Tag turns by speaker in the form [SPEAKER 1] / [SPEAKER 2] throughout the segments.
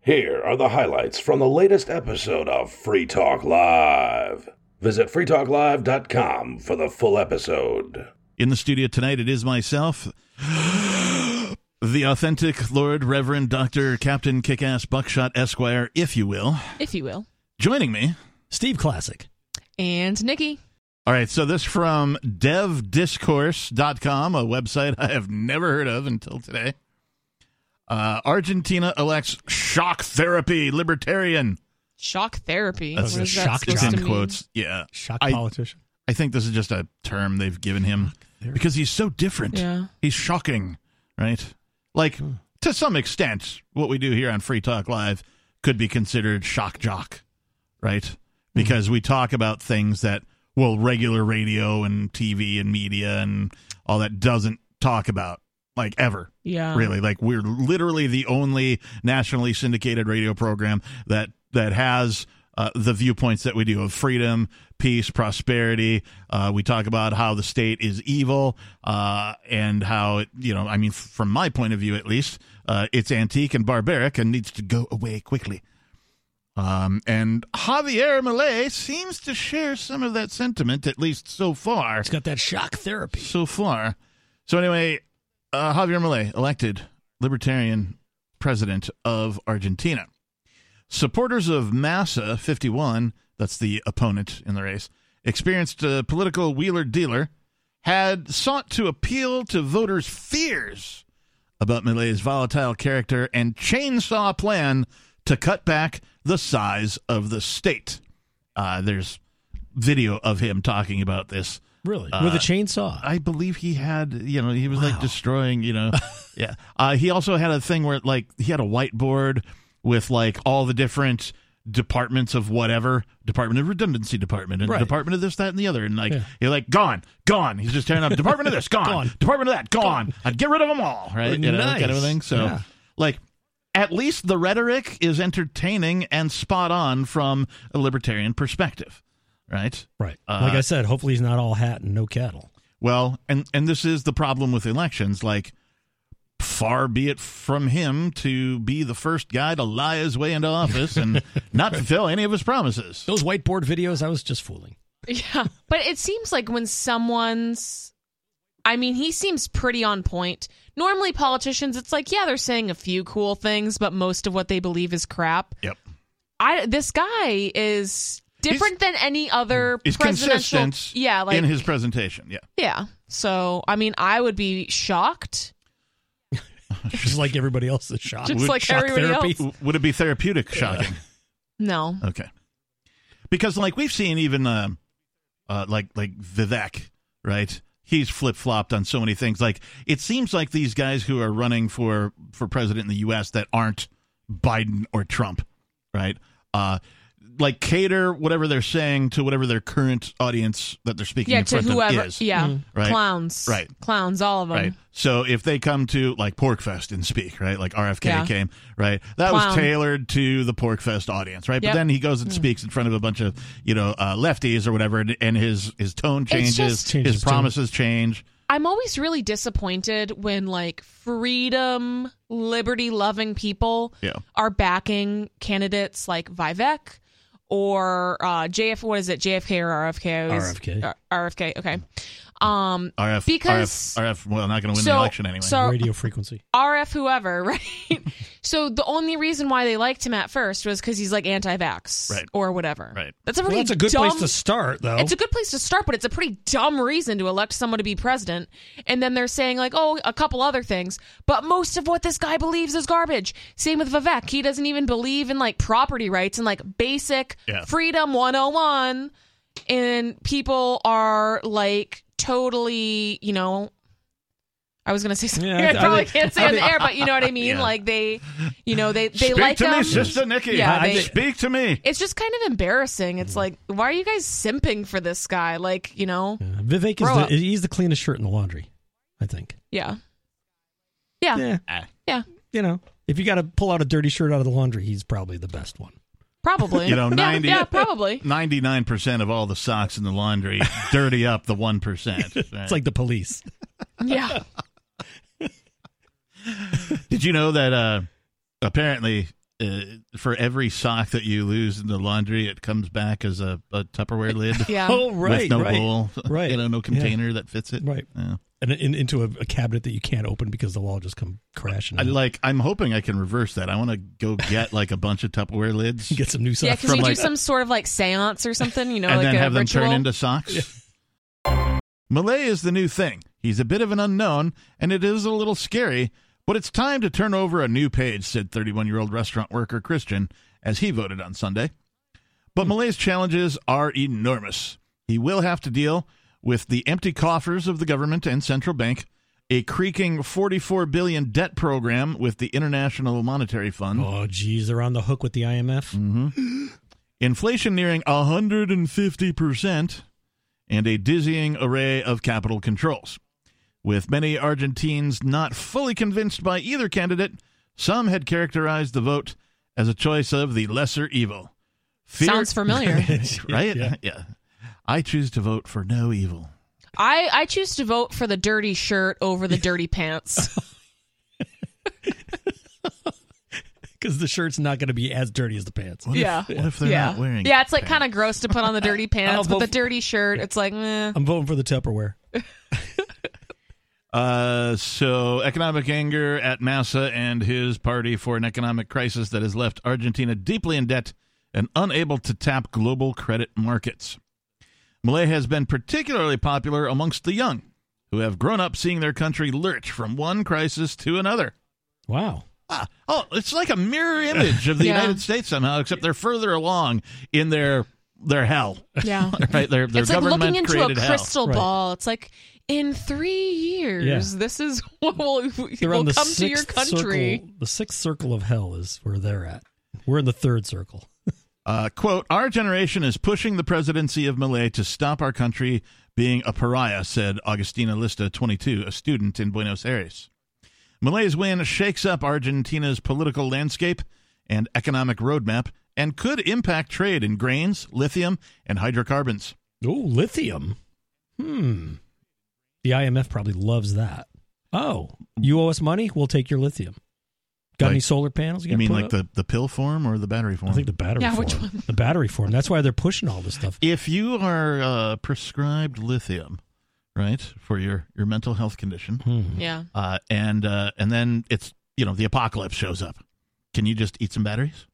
[SPEAKER 1] Here are the highlights from the latest episode of Free Talk Live. Visit freetalklive.com for the full episode.
[SPEAKER 2] In the studio tonight, it is myself, the authentic Lord Reverend Dr. Captain Kickass Buckshot Esquire, if you will.
[SPEAKER 3] if you will.
[SPEAKER 2] Joining me.
[SPEAKER 4] Steve Classic.
[SPEAKER 3] And Nikki.
[SPEAKER 2] All right, so this from devdiscourse.com, a website I have never heard of until today. Uh, Argentina elects shock therapy libertarian.
[SPEAKER 3] Shock therapy.
[SPEAKER 2] That's
[SPEAKER 3] What
[SPEAKER 4] a
[SPEAKER 3] is that
[SPEAKER 4] shock
[SPEAKER 3] supposed
[SPEAKER 2] It's
[SPEAKER 4] job.
[SPEAKER 3] to
[SPEAKER 2] in
[SPEAKER 3] mean?
[SPEAKER 2] quotes. Yeah.
[SPEAKER 4] Shock
[SPEAKER 2] I-
[SPEAKER 4] politician.
[SPEAKER 2] I think this is just a term they've given him because he's so different.
[SPEAKER 3] Yeah.
[SPEAKER 2] He's shocking, right? Like, to some extent, what we do here on Free Talk Live could be considered shock jock, right? Because we talk about things that, well, regular radio and TV and media and all that doesn't talk about, like, ever
[SPEAKER 3] Yeah.
[SPEAKER 2] really like we're literally the only nationally syndicated radio program that that has uh, the viewpoints that we do of freedom peace prosperity uh, we talk about how the state is evil uh, and how it you know i mean f- from my point of view at least uh, it's antique and barbaric and needs to go away quickly um, and Javier Millet seems to share some of that sentiment, at least so far
[SPEAKER 4] It's got that shock therapy.
[SPEAKER 2] so far. So anyway, uh, Javier Milei elected libertarian president of Argentina. Supporters of Massa 51, that's the opponent in the race, experienced uh, political wheeler dealer, had sought to appeal to voters' fears about Milei's volatile character and chainsaw plan to cut back the size of the state. Uh, there's video of him talking about this
[SPEAKER 4] Really?
[SPEAKER 2] Uh,
[SPEAKER 4] With a chainsaw.
[SPEAKER 2] I believe he had, you know, he was like destroying, you know. yeah. Uh, he also had a thing where, like, he had a whiteboard with, like, all the different departments of whatever department of redundancy department and
[SPEAKER 4] Right.
[SPEAKER 2] department of this that and the other and like
[SPEAKER 4] Yeah.
[SPEAKER 2] you're like gone gone he's just tearing up department of this gone,
[SPEAKER 4] Gone.
[SPEAKER 2] department of that gone. i'd get rid of them all right you know that kind of
[SPEAKER 4] Nice.
[SPEAKER 2] thing so
[SPEAKER 4] Yeah.
[SPEAKER 2] like at least the rhetoric is entertaining and spot on from a libertarian perspective right
[SPEAKER 4] right.
[SPEAKER 2] uh,
[SPEAKER 4] like I said, hopefully he's not all hat and no cattle.
[SPEAKER 2] well, and and this is the problem with elections. Like, far be it from him to be the first guy to lie his way into office and not fulfill any of his promises.
[SPEAKER 4] Those whiteboard videos, I was just fooling.
[SPEAKER 3] Yeah. But it seems like when someone's I mean, he seems pretty on point. Normally politicians, it's like, yeah, they're saying a few cool things, but most of what they believe is crap.
[SPEAKER 2] Yep,
[SPEAKER 3] I this guy is different than any other
[SPEAKER 2] Mm. he's
[SPEAKER 3] presidential.
[SPEAKER 2] consistent.
[SPEAKER 3] yeah, like
[SPEAKER 2] in his presentation. Yeah,
[SPEAKER 3] yeah. So I mean, I would be shocked.
[SPEAKER 4] Just like everybody else is shocked.
[SPEAKER 3] Just like
[SPEAKER 4] shock
[SPEAKER 3] everybody
[SPEAKER 4] therapy.
[SPEAKER 3] else.
[SPEAKER 2] W- would it be therapeutic? Shocking.
[SPEAKER 3] No,
[SPEAKER 2] Okay, because like we've seen even uh, uh, like like Vivek, right? He's flip flopped on so many things. Like it seems like these guys who are running for for president in the U.S. that aren't Biden or Trump, right? Uh, like cater whatever they're saying to whatever their current audience that they're speaking
[SPEAKER 3] yeah,
[SPEAKER 2] in
[SPEAKER 3] to
[SPEAKER 2] front
[SPEAKER 3] whoever,
[SPEAKER 2] of is.
[SPEAKER 3] yeah,
[SPEAKER 2] Right.
[SPEAKER 3] clowns,
[SPEAKER 2] Right.
[SPEAKER 3] clowns, all of them.
[SPEAKER 2] Right. So if they come to like Porkfest and speak, right, like RFK
[SPEAKER 3] Yeah.
[SPEAKER 2] came, right, that was
[SPEAKER 3] Clown.
[SPEAKER 2] tailored to the Porkfest audience, right? But
[SPEAKER 3] Yep. Hmm.
[SPEAKER 2] then he goes and speaks in front of a bunch of you know uh, lefties or whatever, and, and his his tone changes,
[SPEAKER 3] just-
[SPEAKER 4] Changes
[SPEAKER 2] his
[SPEAKER 4] his tone.
[SPEAKER 2] promises change.
[SPEAKER 3] I'm always really disappointed when like freedom, liberty loving people
[SPEAKER 2] Yeah.
[SPEAKER 3] are backing candidates like Vivek or uh, JF. What is it? JFK or RFK? I always-
[SPEAKER 4] RFK.
[SPEAKER 3] Uh, R- RFK. Okay. Um,
[SPEAKER 2] RF
[SPEAKER 3] Because-
[SPEAKER 2] RF, RF well, not going to win
[SPEAKER 3] So-
[SPEAKER 2] Uh, the election anyway.
[SPEAKER 3] so-
[SPEAKER 4] Radio frequency.
[SPEAKER 3] RF whoever, right? so the only reason why they liked him at first was because he's like anti-vax
[SPEAKER 2] Right.
[SPEAKER 3] or whatever.
[SPEAKER 2] Right.
[SPEAKER 3] That's a
[SPEAKER 4] Well,
[SPEAKER 3] pretty
[SPEAKER 4] that's a good
[SPEAKER 3] dumb
[SPEAKER 4] place to start, though.
[SPEAKER 3] It's a good place to start, but it's a pretty dumb reason to elect someone to be president. And then they're saying, like, oh, a couple other things. But most of what this guy believes is garbage. Same with Vivek. He doesn't even believe in, like, property rights and, like, basic
[SPEAKER 2] Yeah.
[SPEAKER 3] freedom 101. And people are, like, totally, you know, I was gonna say something
[SPEAKER 4] Yeah, I-
[SPEAKER 3] I probably
[SPEAKER 4] I think-
[SPEAKER 3] can't say on the air, but you know what I mean.
[SPEAKER 2] Yeah.
[SPEAKER 3] Like they, you know, they they
[SPEAKER 2] speak
[SPEAKER 3] like
[SPEAKER 2] to
[SPEAKER 3] him.
[SPEAKER 2] me, Sister Nikki.
[SPEAKER 3] Yeah, I- I they- think-
[SPEAKER 2] speak to me.
[SPEAKER 3] It's just kind of embarrassing. It's like, why are you guys simping for this guy? Like, you know,
[SPEAKER 4] Yeah, Vivek is
[SPEAKER 3] Grow
[SPEAKER 4] the,
[SPEAKER 3] up.
[SPEAKER 4] he's the cleanest shirt in the laundry, I think.
[SPEAKER 3] yeah, yeah, yeah,
[SPEAKER 4] Ah. You know, if you got to pull out a dirty shirt out of the laundry, he's probably the best one.
[SPEAKER 3] probably.
[SPEAKER 2] You know,
[SPEAKER 3] Yeah,
[SPEAKER 2] 90
[SPEAKER 3] Yeah, probably.
[SPEAKER 2] Ninety-nine percent of all the socks in the laundry dirty up the one percent.
[SPEAKER 4] It's like the police.
[SPEAKER 3] Yeah,
[SPEAKER 2] Did you know that uh, apparently uh, for every sock that you lose in the laundry, it comes back as a, a Tupperware lid
[SPEAKER 3] Yeah.
[SPEAKER 4] Oh, right,
[SPEAKER 2] with no
[SPEAKER 4] right,
[SPEAKER 2] bowl,
[SPEAKER 4] right.
[SPEAKER 2] you know, no container that fits it.
[SPEAKER 4] Right.
[SPEAKER 2] Yeah.
[SPEAKER 4] and in, into a, a cabinet that you can't open because the wall just come crashing.
[SPEAKER 2] I
[SPEAKER 4] out.
[SPEAKER 2] like. I'm hoping I can reverse that. I want to go get like a bunch of Tupperware lids
[SPEAKER 4] get some new stuff.
[SPEAKER 3] Yeah, because
[SPEAKER 2] From,
[SPEAKER 3] you do
[SPEAKER 2] like-
[SPEAKER 3] some sort of like seance or something, you know,
[SPEAKER 2] and
[SPEAKER 3] like
[SPEAKER 2] then
[SPEAKER 3] a
[SPEAKER 2] have them
[SPEAKER 3] ritual.
[SPEAKER 2] turn into socks. Malay is the new thing. He's a bit of an unknown, and it is a little scary. But it's time to turn over a new page," said 31-year-old restaurant worker Christian as he voted on Sunday. But
[SPEAKER 3] Hmm.
[SPEAKER 2] Malay's challenges are enormous. He will have to deal with the empty coffers of the government and central bank, a creaking 44 billion debt program with the International Monetary Fund,
[SPEAKER 4] oh, geez, they're on the hook with the IMF.
[SPEAKER 2] Mm. inflation nearing 150%, and a dizzying array of capital controls. With many Argentines not fully convinced by either candidate, some had characterized the vote as a choice of the lesser evil. Fear-
[SPEAKER 3] Sounds familiar.
[SPEAKER 2] right?
[SPEAKER 4] Yeah.
[SPEAKER 2] Yeah. I choose to vote for no evil.
[SPEAKER 3] I, I choose to vote for the dirty shirt over the dirty pants.
[SPEAKER 4] Because the shirt's not going to be as dirty as the pants.
[SPEAKER 2] What
[SPEAKER 3] yeah.
[SPEAKER 2] If, what if they're
[SPEAKER 3] yeah.
[SPEAKER 2] not wearing
[SPEAKER 3] Yeah, it's like kind of gross to put on the dirty
[SPEAKER 4] I'll
[SPEAKER 3] pants,
[SPEAKER 4] vote
[SPEAKER 3] but the
[SPEAKER 4] for-
[SPEAKER 3] dirty shirt, it's like, meh.
[SPEAKER 4] I'm voting for the Tupperware.
[SPEAKER 2] Uh, so economic anger at Massa and his party for an economic crisis that has left Argentina deeply in debt and unable to tap global credit markets. Malay has been particularly popular amongst the young, who have grown up seeing their country lurch from one crisis to another.
[SPEAKER 4] Wow.
[SPEAKER 2] Ah, oh, it's like a mirror image of the
[SPEAKER 3] Yeah.
[SPEAKER 2] United States somehow, except they're further along in their their hell.
[SPEAKER 3] yeah.
[SPEAKER 2] Right, their their
[SPEAKER 3] it's like
[SPEAKER 2] government
[SPEAKER 3] looking into a
[SPEAKER 2] created hell.
[SPEAKER 3] crystal
[SPEAKER 4] Right.
[SPEAKER 3] ball. It's like in three years, this is what will,
[SPEAKER 4] They're
[SPEAKER 3] will
[SPEAKER 4] on the
[SPEAKER 3] come
[SPEAKER 4] sixth
[SPEAKER 3] to your country.
[SPEAKER 4] circle. The sixth circle of hell is where they're at. We're in the third circle.
[SPEAKER 2] Uh, quote, our generation is pushing the presidency of Malay to stop our country being a pariah, said Agustina Lista, 22, a student in Buenos Aires. Malay's win shakes up Argentina's political landscape and economic roadmap and could impact trade in grains, lithium, and hydrocarbons.
[SPEAKER 4] Oh, lithium. Hmm. The IMF probably loves that. Oh, you owe us money? We'll take your lithium. Got any
[SPEAKER 2] Like-
[SPEAKER 4] solar panels? You,
[SPEAKER 2] You
[SPEAKER 4] gotta
[SPEAKER 2] mean
[SPEAKER 4] put
[SPEAKER 2] like
[SPEAKER 4] up?
[SPEAKER 2] the, the pill form or the battery form?
[SPEAKER 4] I think the battery.
[SPEAKER 3] Yeah,
[SPEAKER 4] form.
[SPEAKER 3] which one?
[SPEAKER 4] The battery form. That's why they're pushing all this stuff.
[SPEAKER 2] if you are uh, prescribed lithium, right, for your, your mental health condition,
[SPEAKER 4] Hmm.
[SPEAKER 3] Yeah.
[SPEAKER 2] uh, and uh, and then it's you know the apocalypse shows up. Can you just eat some batteries?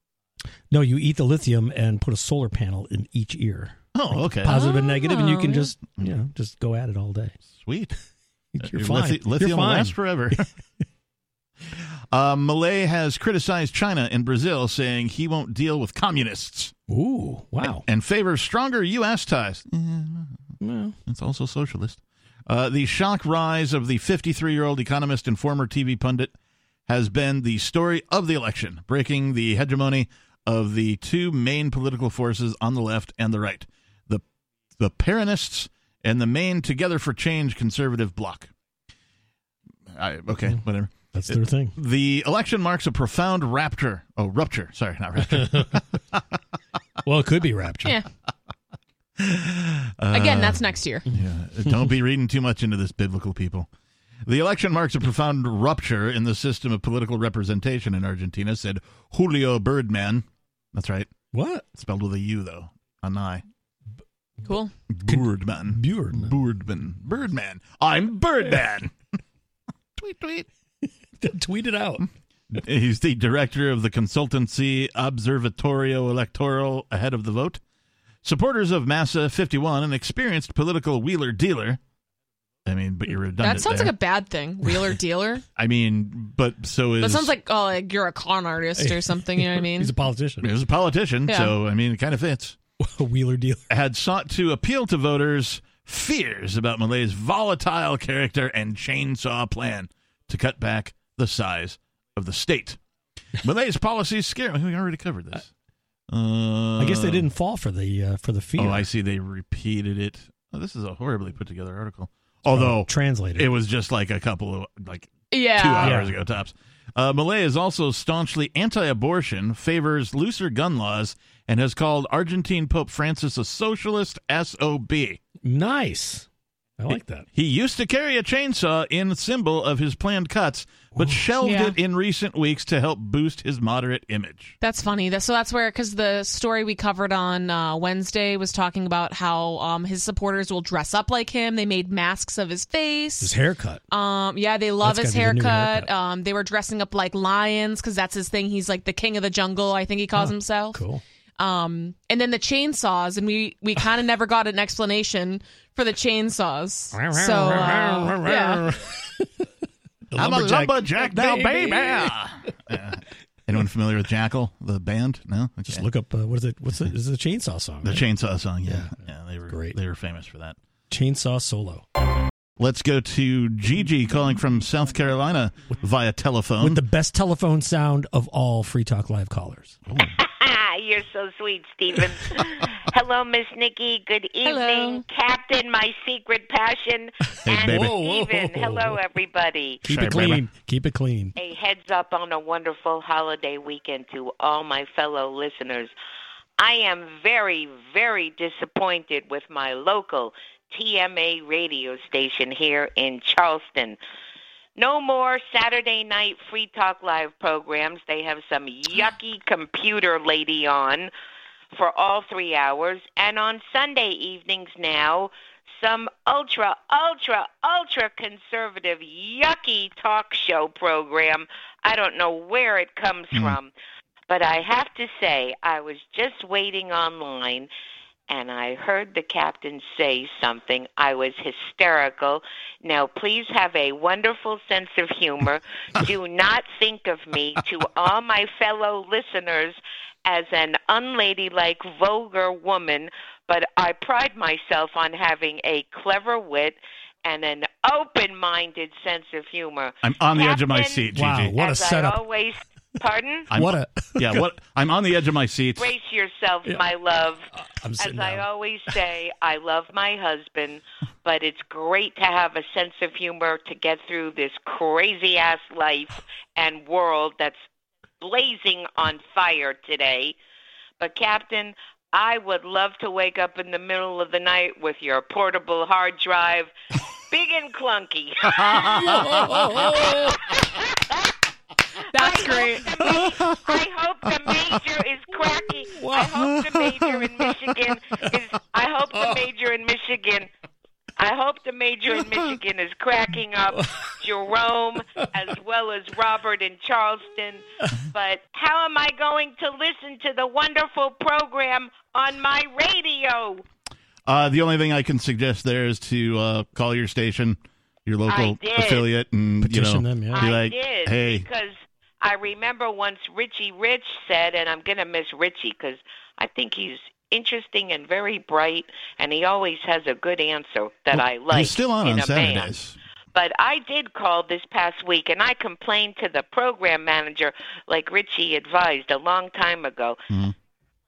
[SPEAKER 4] No, you eat the lithium and put a solar panel in each ear,
[SPEAKER 2] Oh, okay,
[SPEAKER 4] Positive and negative, and you
[SPEAKER 3] Oh,
[SPEAKER 4] can
[SPEAKER 3] yeah.
[SPEAKER 4] just you know just go at it all day.
[SPEAKER 2] sweet. Your
[SPEAKER 4] You're fine.
[SPEAKER 2] lithi-
[SPEAKER 4] You're
[SPEAKER 2] Uh, lithium will
[SPEAKER 4] fine.
[SPEAKER 2] last forever. uh, Malay has criticized China and Brazil, saying he won't deal with communists
[SPEAKER 4] Ooh, wow.
[SPEAKER 2] and favors stronger U.S. ties.
[SPEAKER 4] Well,
[SPEAKER 2] It's also socialist. Uh, the shock rise of the 53 year old economist and former TV pundit has been the story of the election, breaking the hegemony of the two main political forces on the left and the right the, the Peronists and the main Together for Change conservative bloc. I, okay, whatever.
[SPEAKER 4] that's their thing.
[SPEAKER 2] The election marks a profound rapture. Oh, rupture. Sorry, not rapture.
[SPEAKER 4] Well, it could be rapture.
[SPEAKER 3] Yeah.
[SPEAKER 2] Uh,
[SPEAKER 3] Again, that's next year.
[SPEAKER 2] Yeah, don't be reading too much into this biblical people. The election marks a profound rupture in the system of political representation in Argentina, said Julio Birdman. That's right,
[SPEAKER 4] What?
[SPEAKER 2] spelled with a U though, an I.
[SPEAKER 3] Cool.
[SPEAKER 2] Birdman.
[SPEAKER 4] Birdman.
[SPEAKER 2] Birdman. Birdman. I'm Birdman. tweet tweet.
[SPEAKER 4] Tweet it out.
[SPEAKER 2] He's the director of the consultancy Observatorio Electoral ahead of the vote. Supporters of Massa 51, an experienced political wheeler dealer. I mean, but you're redundant.
[SPEAKER 3] That sounds
[SPEAKER 2] there.
[SPEAKER 3] like a bad thing. Wheeler dealer.
[SPEAKER 2] I mean, but so is.
[SPEAKER 3] That sounds like oh, like you're a con artist or something. You know what I mean?
[SPEAKER 4] He's a
[SPEAKER 2] He
[SPEAKER 4] politician.
[SPEAKER 2] was a politician,
[SPEAKER 3] Yeah.
[SPEAKER 2] so I mean, it kind of fits.
[SPEAKER 4] a wheeler dealer.
[SPEAKER 2] Had sought to appeal to voters' fears about Malay's volatile character and chainsaw plan to cut back the size of the state. Malay's policies scare. We already covered this. Uh,
[SPEAKER 4] I guess they didn't fall for the uh, for the fear.
[SPEAKER 2] Oh, I see. They repeated it. Oh, this is a horribly put together article. Although
[SPEAKER 4] translated.
[SPEAKER 2] it was just like a couple of like two
[SPEAKER 3] Yeah.
[SPEAKER 2] hours ago tops. Uh, Malay is also staunchly anti-abortion, favors looser gun laws, and has called Argentine Pope Francis a socialist sob.
[SPEAKER 4] nice. I like that.
[SPEAKER 2] He used to carry a chainsaw in symbol of his planned cuts, but shelved
[SPEAKER 3] Yeah.
[SPEAKER 2] it in recent weeks to help boost his moderate image.
[SPEAKER 3] That's funny. That- So that's where, because the story we covered on uh, Wednesday was talking about how um, his supporters will dress up like him. They made masks of his face.
[SPEAKER 4] His haircut.
[SPEAKER 3] Um, yeah, they love
[SPEAKER 4] That's
[SPEAKER 3] his
[SPEAKER 4] gotta be the
[SPEAKER 3] haircut.
[SPEAKER 4] new haircut.
[SPEAKER 3] Um, they were dressing up like lions because that's his thing. He's like the king of the jungle. I think he calls himself.
[SPEAKER 4] Oh, Cool.
[SPEAKER 3] Um, and then the chainsaws, and we we kind of never got an explanation for the chainsaws. so uh, yeah,
[SPEAKER 4] The
[SPEAKER 2] I'm
[SPEAKER 4] lumberjack.
[SPEAKER 2] a lumberjack now, baby. Yeah. Anyone familiar with Jackal, the band? No, Okay.
[SPEAKER 4] Just look up uh, what is it? What's it? Is it a chainsaw song?
[SPEAKER 2] the
[SPEAKER 4] right?
[SPEAKER 2] chainsaw song. Yeah, yeah, they were
[SPEAKER 4] Great.
[SPEAKER 2] They were famous for that.
[SPEAKER 4] chainsaw solo
[SPEAKER 2] Let's go to Gigi calling from South Carolina via telephone.
[SPEAKER 4] with the best telephone sound of all Free Talk Live callers.
[SPEAKER 2] Oh,
[SPEAKER 5] Ah, You're so sweet, Stephen. Hello, Miss Nikki. Good evening,
[SPEAKER 3] Hello.
[SPEAKER 5] Captain. My secret passion.
[SPEAKER 2] Hey,
[SPEAKER 5] and
[SPEAKER 2] baby.
[SPEAKER 4] Whoa,
[SPEAKER 5] Stephen.
[SPEAKER 4] whoa.
[SPEAKER 5] Hello, everybody.
[SPEAKER 4] Keep
[SPEAKER 2] Sorry,
[SPEAKER 4] it
[SPEAKER 2] baby.
[SPEAKER 4] clean. Keep it clean.
[SPEAKER 5] A heads up on a wonderful holiday weekend to all my fellow listeners. I am very, very disappointed with my local TMA radio station here in Charleston. No more Saturday night Free Talk Live programs. They have some yucky computer lady on for all three hours. And on Sunday evenings now, some ultra, ultra, ultra conservative, yucky talk show program. I don't know where it comes from. But I have to say, I was just waiting online and I heard the captain say something. I was hysterical. Now, please have a wonderful sense of humor. Do not think of me to all my fellow listeners as an unladylike, vulgar woman, but I pride myself on having a clever wit and an open minded sense of humor.
[SPEAKER 2] I'm on the edge of my
[SPEAKER 5] Captain-
[SPEAKER 2] seat, Gigi.
[SPEAKER 4] Wow, what a
[SPEAKER 5] As I
[SPEAKER 4] setup.
[SPEAKER 5] always, pardon?
[SPEAKER 2] I'm,
[SPEAKER 4] what a
[SPEAKER 2] yeah, what I'm on the edge of my seat.
[SPEAKER 5] Brace yourself, my love.
[SPEAKER 4] I'm
[SPEAKER 5] As
[SPEAKER 4] sitting
[SPEAKER 5] I
[SPEAKER 4] down.
[SPEAKER 5] always say, I love my husband, but it's great to have a sense of humor to get through this crazy ass life and world that's blazing on fire today. But, Captain, I would love to wake up in the middle of the night with your portable hard drive, big and clunky.
[SPEAKER 3] Oh. that's
[SPEAKER 5] I
[SPEAKER 3] great.
[SPEAKER 5] Hope the ma- I hope the major is cracky. I hope the major in Michigan is. I hope the
[SPEAKER 3] Oh.
[SPEAKER 5] major in Michigan. I hope the major in Michigan is cracking up Jerome as well as Robert in Charleston. But how am I going to listen to the wonderful program on my radio?
[SPEAKER 2] Uh, the only thing I can suggest there is to uh, call your station, your local
[SPEAKER 5] did.
[SPEAKER 2] affiliate, and you
[SPEAKER 4] Petition
[SPEAKER 2] know,
[SPEAKER 4] them, yeah.
[SPEAKER 2] be
[SPEAKER 5] I
[SPEAKER 2] like,
[SPEAKER 5] did
[SPEAKER 2] "Hey,
[SPEAKER 5] because I remember once Richie Rich said, and I'm gonna miss Richie because I think he's interesting and very bright, and he always has a good answer that I like.
[SPEAKER 2] he's still on
[SPEAKER 5] in
[SPEAKER 2] on
[SPEAKER 5] a man.
[SPEAKER 2] Saturdays."
[SPEAKER 5] But I did call this past week and I complained to the program manager, like Richie advised a long time ago.
[SPEAKER 2] Mm-hmm.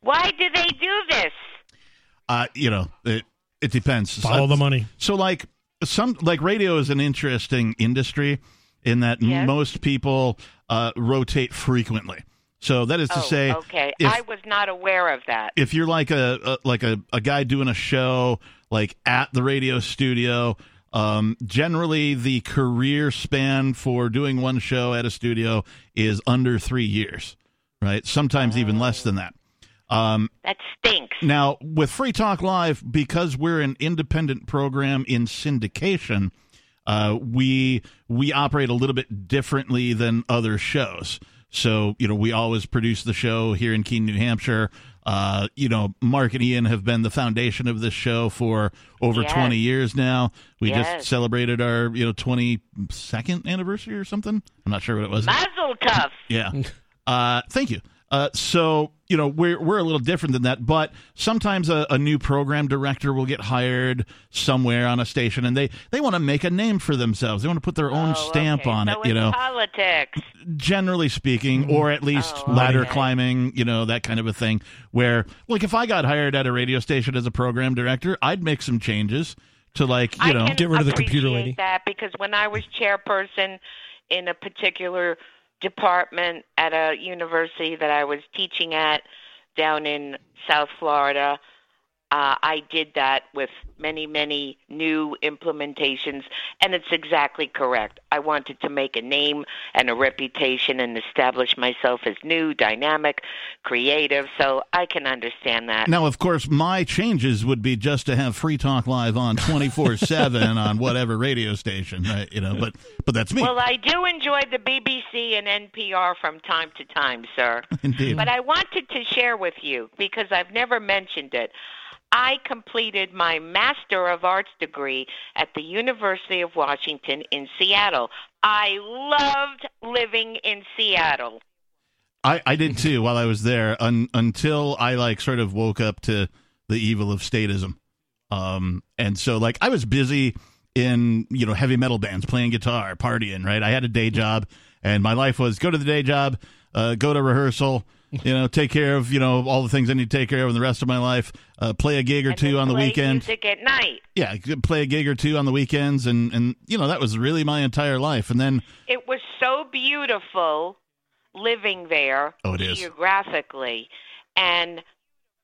[SPEAKER 5] Why do they do this?
[SPEAKER 2] Uh, you know, it it depends.
[SPEAKER 4] Follow
[SPEAKER 2] so,
[SPEAKER 4] the money.
[SPEAKER 2] So, like some, like radio is an interesting industry in that
[SPEAKER 5] Yes.
[SPEAKER 2] most people uh, rotate frequently. So that is to
[SPEAKER 5] oh,
[SPEAKER 2] say,
[SPEAKER 5] okay.
[SPEAKER 2] if-
[SPEAKER 5] I was not aware of that.
[SPEAKER 2] if you're like a, a like a, a guy doing a show like at the radio studio um, generally the career span for doing one show at a studio is under three years right sometimes even less than that um,
[SPEAKER 5] That stinks.
[SPEAKER 2] now with free talk live because we're an independent program in syndication uh, we we operate a little bit differently than other shows. So you know, we always produce the show here in Keene, New Hampshire. Uh, you know, Mark and Ian have been the foundation of this show for over
[SPEAKER 5] Yes.
[SPEAKER 2] twenty years now. We
[SPEAKER 5] Yes.
[SPEAKER 2] just celebrated our you know twenty second anniversary or something. I'm not sure what it was.
[SPEAKER 5] Mazel tough.
[SPEAKER 2] Yeah. Uh, thank you. Uh, so you know we're we're a little different than that, but sometimes a, a new program director will get hired somewhere on a station, and they they want to make a name for themselves. They want to put their own
[SPEAKER 5] Oh,
[SPEAKER 2] stamp
[SPEAKER 5] okay.
[SPEAKER 2] on
[SPEAKER 5] so
[SPEAKER 2] it.
[SPEAKER 5] it's
[SPEAKER 2] You know,
[SPEAKER 5] Politics.
[SPEAKER 2] generally speaking, or at least
[SPEAKER 5] Oh,
[SPEAKER 2] ladder
[SPEAKER 5] okay.
[SPEAKER 2] climbing. You know that kind of a thing. Where like if I got hired at a radio station as a program director, I'd make some changes to like you
[SPEAKER 5] I
[SPEAKER 2] know
[SPEAKER 5] can
[SPEAKER 4] Get rid of the computer
[SPEAKER 5] appreciate
[SPEAKER 4] lady.
[SPEAKER 5] That because when I was chairperson in a particular department at a university that I was teaching at down in South Florida, Uh, I did that with many, many new implementations, and it's exactly correct. I wanted to make a name and a reputation and establish myself as new, dynamic, creative, so I can understand that.
[SPEAKER 2] Now, of course, my changes would be just to have Free Talk Live on twenty four seven on whatever radio station, uh, you know. But but that's me.
[SPEAKER 5] Well, I do enjoy the BBC and NPR from time to time, sir.
[SPEAKER 2] Indeed.
[SPEAKER 5] But I wanted to share with you because I've never mentioned it. I completed my Master of Arts degree at the University of Washington in Seattle. I loved living in Seattle.
[SPEAKER 2] I, I did too while I was there un, until I like sort of woke up to the evil of statism. Um, and so like I was busy in, you know, heavy metal bands playing guitar, partying, right? I had a day job and my life was go to the day job, uh, go to rehearsal, you know, take care of, you know, all the things I need to take care of in the rest of my life, uh, play a gig or
[SPEAKER 5] And
[SPEAKER 2] two
[SPEAKER 5] then
[SPEAKER 2] on the
[SPEAKER 5] play
[SPEAKER 2] weekend.
[SPEAKER 5] Music at night.
[SPEAKER 2] Yeah, I could play a gig or two on the weekends and and you know, that was really my entire life. And then
[SPEAKER 5] It was so beautiful living there
[SPEAKER 2] Oh, it is.
[SPEAKER 5] geographically. And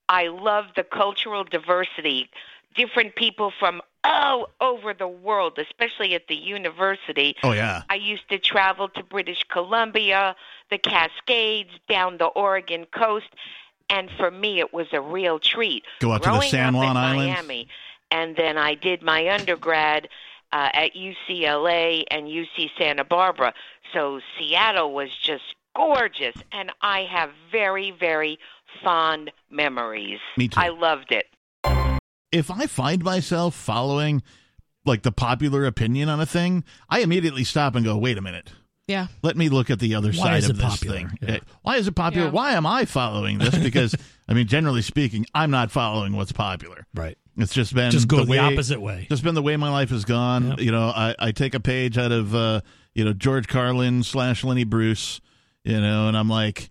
[SPEAKER 5] I love the cultural diversity, different people from all over the world, especially at the university.
[SPEAKER 2] oh yeah.
[SPEAKER 5] I used to travel to British Columbia, the Cascades, down the Oregon coast, and for me it was a real treat.
[SPEAKER 2] Go out to the
[SPEAKER 5] Growing
[SPEAKER 2] San
[SPEAKER 5] up
[SPEAKER 2] Juan
[SPEAKER 5] in
[SPEAKER 2] Islands.
[SPEAKER 5] Miami, and then I did my undergrad uh, at UCLA and UC Santa Barbara. So Seattle was just gorgeous, and I have very, very fond memories.
[SPEAKER 2] Me too.
[SPEAKER 5] I loved it.
[SPEAKER 2] if I find myself following like the popular opinion on a thing, I immediately stop and go, wait a minute.
[SPEAKER 3] Yeah.
[SPEAKER 2] Let me look at the other
[SPEAKER 4] Why
[SPEAKER 2] side
[SPEAKER 4] is
[SPEAKER 2] of
[SPEAKER 4] it
[SPEAKER 2] this
[SPEAKER 4] popular?
[SPEAKER 2] thing.
[SPEAKER 4] Yeah.
[SPEAKER 2] Uh, Why is it popular?
[SPEAKER 3] Yeah.
[SPEAKER 2] Why am I following this? Because I mean, generally speaking, I'm not following what's popular.
[SPEAKER 4] Right.
[SPEAKER 2] It's just been
[SPEAKER 4] Just go
[SPEAKER 2] the,
[SPEAKER 4] the,
[SPEAKER 2] way,
[SPEAKER 4] opposite way.
[SPEAKER 2] Just been the way my life has gone.
[SPEAKER 4] Yep.
[SPEAKER 2] You know, I, I take a page out of uh, you know George Carlin slash Lenny Bruce. You know, and I'm like,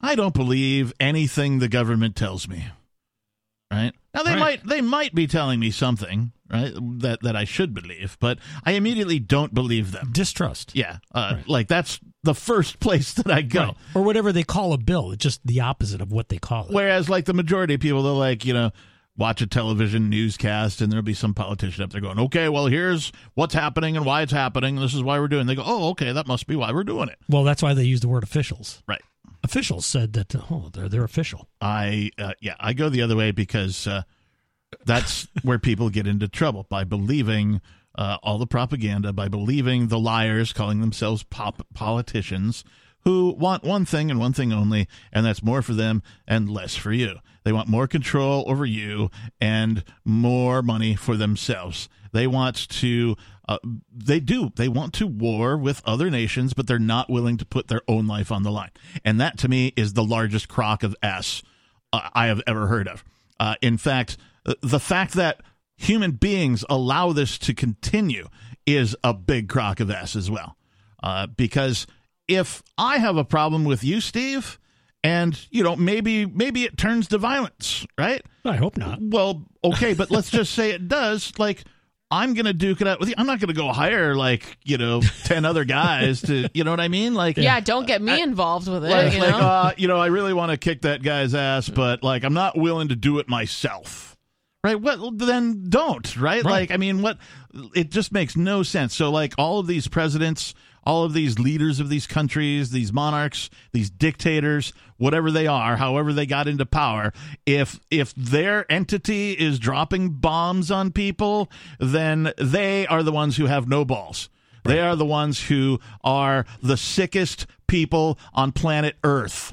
[SPEAKER 2] I don't believe anything the government tells me. Right now, they
[SPEAKER 4] Right.
[SPEAKER 2] might they might be telling me something right that that I should believe, but I immediately don't believe them.
[SPEAKER 4] Distrust.
[SPEAKER 2] Yeah, uh,
[SPEAKER 4] Right.
[SPEAKER 2] like that's the first place that I go.
[SPEAKER 4] Right. Or whatever they call a bill. It's just the opposite of what they call it.
[SPEAKER 2] Whereas, like the majority of people, they're like, you know, watch a television newscast, and there'll be some politician up there going, "Okay, well, here's what's happening and why it's happening. and This is why we're doing." It. They go, "Oh, okay, that must be why we're doing it."
[SPEAKER 4] Well, that's why they use the word officials.
[SPEAKER 2] Right.
[SPEAKER 4] Officials said that, oh, they're, they're official.
[SPEAKER 2] I, uh, yeah, I go the other way because uh, that's where people get into trouble by believing. Uh, all the propaganda by believing the liars calling themselves pop politicians who want one thing and one thing only, and that's more for them and less for you. They want more control over you and more money for themselves. They want to, uh, they do, they want to war with other nations, but they're not willing to put their own life on the line. And that to me is the largest crock of S uh, I have ever heard of. Uh, in fact, uh, the fact that human beings allow this to continue is a big crock of S as well. Uh, because if I have a problem with you, Steve, and you know maybe maybe it turns to violence, right?
[SPEAKER 4] I hope not.
[SPEAKER 2] Well, okay, but let's just say it does. Like, I'm gonna duke it out with you. I'm not gonna go hire like you know ten other guys to you know what I mean? Like,
[SPEAKER 3] Yeah, don't get me involved with it,
[SPEAKER 2] like,
[SPEAKER 3] you know?
[SPEAKER 2] like, uh, you know, I really want to kick that guy's ass, but like, I'm not willing to do it myself. Right? What? Then don't. Right?
[SPEAKER 4] Right.
[SPEAKER 2] Like, I mean, what? It just makes no sense. So, like, all of these presidents, all of these leaders of these countries, these monarchs, these dictators, whatever they are, however they got into power, if if their entity is dropping bombs on people, then they are the ones who have no balls. They are the ones who are the sickest people on planet Earth.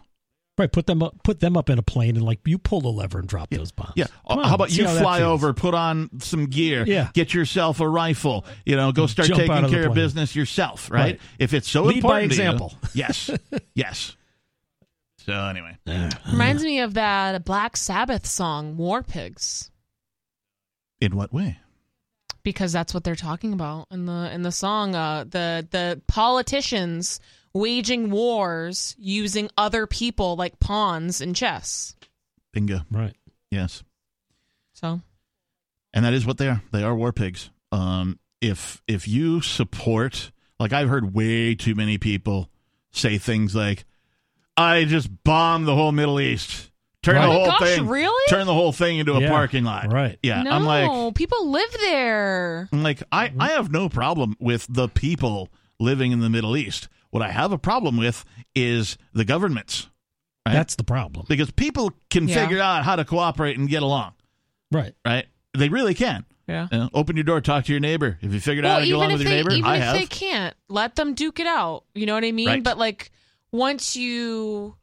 [SPEAKER 4] Right. Put them up, put them up in a plane and like you pull the lever and drop those bombs.
[SPEAKER 2] Yeah. Uh,
[SPEAKER 4] Come on,
[SPEAKER 2] how about
[SPEAKER 4] see
[SPEAKER 2] you
[SPEAKER 4] that
[SPEAKER 2] fly
[SPEAKER 4] feels.
[SPEAKER 2] over, put on some gear,
[SPEAKER 4] Yeah. Mm,
[SPEAKER 2] get yourself a rifle, you know, go start
[SPEAKER 4] Jump out
[SPEAKER 2] taking
[SPEAKER 4] of the
[SPEAKER 2] care of
[SPEAKER 4] plane.
[SPEAKER 2] business yourself, right?
[SPEAKER 4] Right.
[SPEAKER 2] If it's so
[SPEAKER 4] Lead by
[SPEAKER 2] important to you-
[SPEAKER 4] example.
[SPEAKER 2] yes. yes. So anyway,
[SPEAKER 3] Reminds me of that Black Sabbath song, War Pigs,
[SPEAKER 2] in what way?
[SPEAKER 3] because that's what they're talking about in the in the song. Uh, the the politicians waging wars using other people like pawns in chess.
[SPEAKER 2] Bingo.
[SPEAKER 4] Right.
[SPEAKER 2] Yes.
[SPEAKER 3] So
[SPEAKER 2] and that is what they are. They are war pigs. Um, if if you support, like I've heard way too many people say things like, "I just bombed the whole Middle East," Turn
[SPEAKER 4] Right.
[SPEAKER 2] the
[SPEAKER 4] Oh
[SPEAKER 2] whole
[SPEAKER 3] my gosh,
[SPEAKER 2] thing.
[SPEAKER 3] really?
[SPEAKER 2] Turn the whole thing into a
[SPEAKER 4] Yeah,
[SPEAKER 2] parking lot.
[SPEAKER 4] right.
[SPEAKER 2] Yeah.
[SPEAKER 3] no,
[SPEAKER 2] I'm like,
[SPEAKER 3] people live there.
[SPEAKER 2] I'm like I,
[SPEAKER 3] Mm-hmm.
[SPEAKER 2] I have no problem with the people living in the Middle East. What I have a problem with is the governments Right.
[SPEAKER 4] That's the problem.
[SPEAKER 2] because people can
[SPEAKER 3] Yeah.
[SPEAKER 2] figure out how to cooperate and get along.
[SPEAKER 4] Right.
[SPEAKER 2] Right? They really can.
[SPEAKER 3] Yeah.
[SPEAKER 2] You know, open your door, talk to your neighbor. If you figured out
[SPEAKER 3] Well,
[SPEAKER 2] how to get
[SPEAKER 3] even
[SPEAKER 2] along
[SPEAKER 3] if
[SPEAKER 2] with your
[SPEAKER 3] they
[SPEAKER 2] neighbor,
[SPEAKER 3] even
[SPEAKER 2] I
[SPEAKER 3] if
[SPEAKER 2] have.
[SPEAKER 3] they can't, let them duke it out. You know what I mean?
[SPEAKER 2] Right.
[SPEAKER 3] But like once you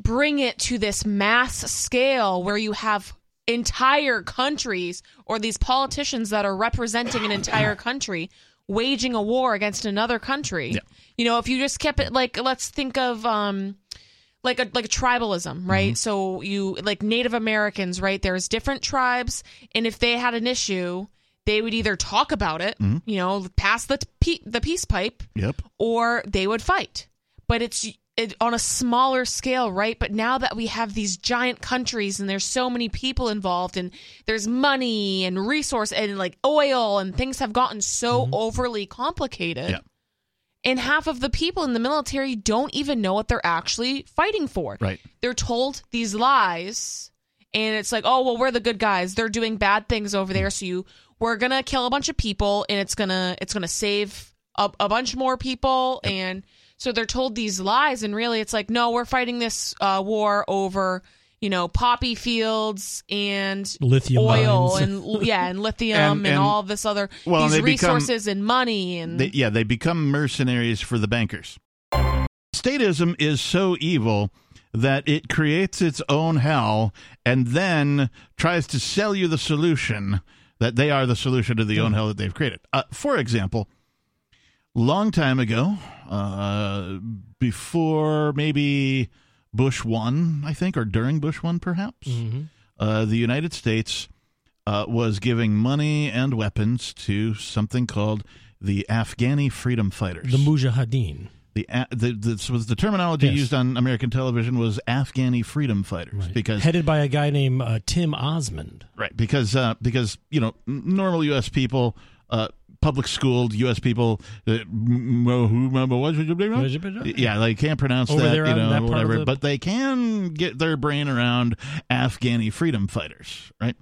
[SPEAKER 3] bring it to this mass scale where you have entire countries or these politicians that are representing an entire country waging a war against another country.
[SPEAKER 2] Yeah.
[SPEAKER 3] You know, if you just kept it like let's think of um like a like a tribalism, right? So you like Native Americans, right? There's different tribes, and if they had an issue, they would either talk about it, you know, pass the pe- the peace pipe,
[SPEAKER 2] Yep.
[SPEAKER 3] or they would fight. But it's it, on a smaller scale, right? But now that we have these giant countries and there's so many people involved, and there's money and resource and like oil and things have gotten so overly complicated.
[SPEAKER 2] Mm-hmm. Yeah.
[SPEAKER 3] And half of the people in the military don't even know what they're actually fighting for.
[SPEAKER 2] Right.
[SPEAKER 3] They're told these lies, and it's like, oh, well, we're the good guys. They're doing bad things over there, so you we're gonna kill a bunch of people, and it's gonna it's gonna save a, a bunch more people, and so they're told these lies, and really, it's like, no, we're fighting this uh, war over you know poppy fields and
[SPEAKER 4] Lithium
[SPEAKER 3] oil
[SPEAKER 4] mines.
[SPEAKER 3] and yeah and lithium and,
[SPEAKER 2] and-
[SPEAKER 3] all this other
[SPEAKER 2] well,
[SPEAKER 3] these
[SPEAKER 2] they become-
[SPEAKER 3] resources and money and
[SPEAKER 2] They, yeah, they become mercenaries for the bankers. Statism is so evil that it creates its own hell and then tries to sell you the solution that they are the solution to the own hell that they've created. Uh, for example, long time ago, uh, before maybe Bush one, I think, or during Bush one, perhaps,
[SPEAKER 4] Mm-hmm.
[SPEAKER 2] uh, the United States uh, was giving money and weapons to something called the Afghani freedom fighters.
[SPEAKER 4] The Mujahideen.
[SPEAKER 2] the, A- the, this was the terminology
[SPEAKER 4] Yes.
[SPEAKER 2] used on American television was Afghani freedom fighters because
[SPEAKER 4] Headed by a guy named uh, Tim Osmond.
[SPEAKER 2] right because uh, because you know n- normal U.S. people. Uh, Public schooled U.S. people, uh, m- m- who- m- what- yeah, they can't pronounce
[SPEAKER 4] Over
[SPEAKER 2] that,
[SPEAKER 4] there
[SPEAKER 2] you
[SPEAKER 4] on
[SPEAKER 2] know,
[SPEAKER 4] that part of
[SPEAKER 2] whatever.
[SPEAKER 4] the-
[SPEAKER 2] But they can get their brain around Afghani freedom fighters, right?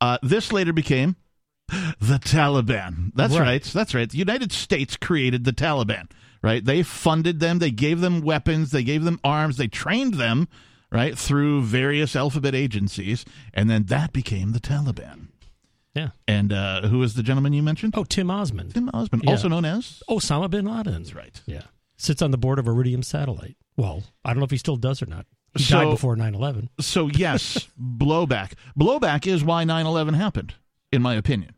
[SPEAKER 2] Uh, this later became the Taliban. That's right.
[SPEAKER 4] Right.
[SPEAKER 2] That's right. The United States created the Taliban, right? They funded them, they gave them weapons, they gave them arms, they trained them, right, through various alphabet agencies, and then that became the Taliban.
[SPEAKER 4] Yeah.
[SPEAKER 2] And uh, who was the gentleman you mentioned?
[SPEAKER 4] Oh, Tim Osmond.
[SPEAKER 2] Tim Osman,
[SPEAKER 4] yeah.
[SPEAKER 2] also known as.
[SPEAKER 4] Osama bin Laden.
[SPEAKER 2] That's right.
[SPEAKER 4] Yeah. Sits on the board of Iridium Satellite. Well, I don't know if he still does or not. He
[SPEAKER 2] So-
[SPEAKER 4] died before 9 11.
[SPEAKER 2] So yes, blowback. Blowback is why 9/11 happened, in my opinion.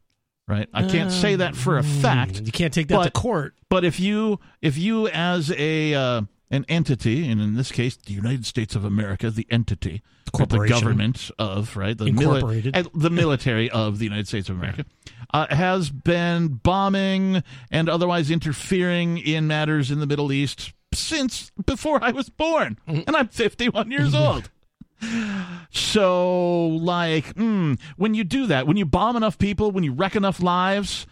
[SPEAKER 2] Right? I can't say that for a fact,
[SPEAKER 4] Mm. You can't take that to
[SPEAKER 2] But-
[SPEAKER 4] court.
[SPEAKER 2] but if you if you as a uh, an entity, and in this case, the United States of America, the entity, or the
[SPEAKER 4] corporation.
[SPEAKER 2] government of right, the mili-
[SPEAKER 4] Incorporated.
[SPEAKER 2] uh, the military of the United States of America, uh, has been bombing and otherwise interfering in matters in the Middle East since before I was born,
[SPEAKER 4] Mm-hmm.
[SPEAKER 2] and I'm 51 years old. So, like, mm, when you do that, when you bomb enough people, when you wreck enough lives,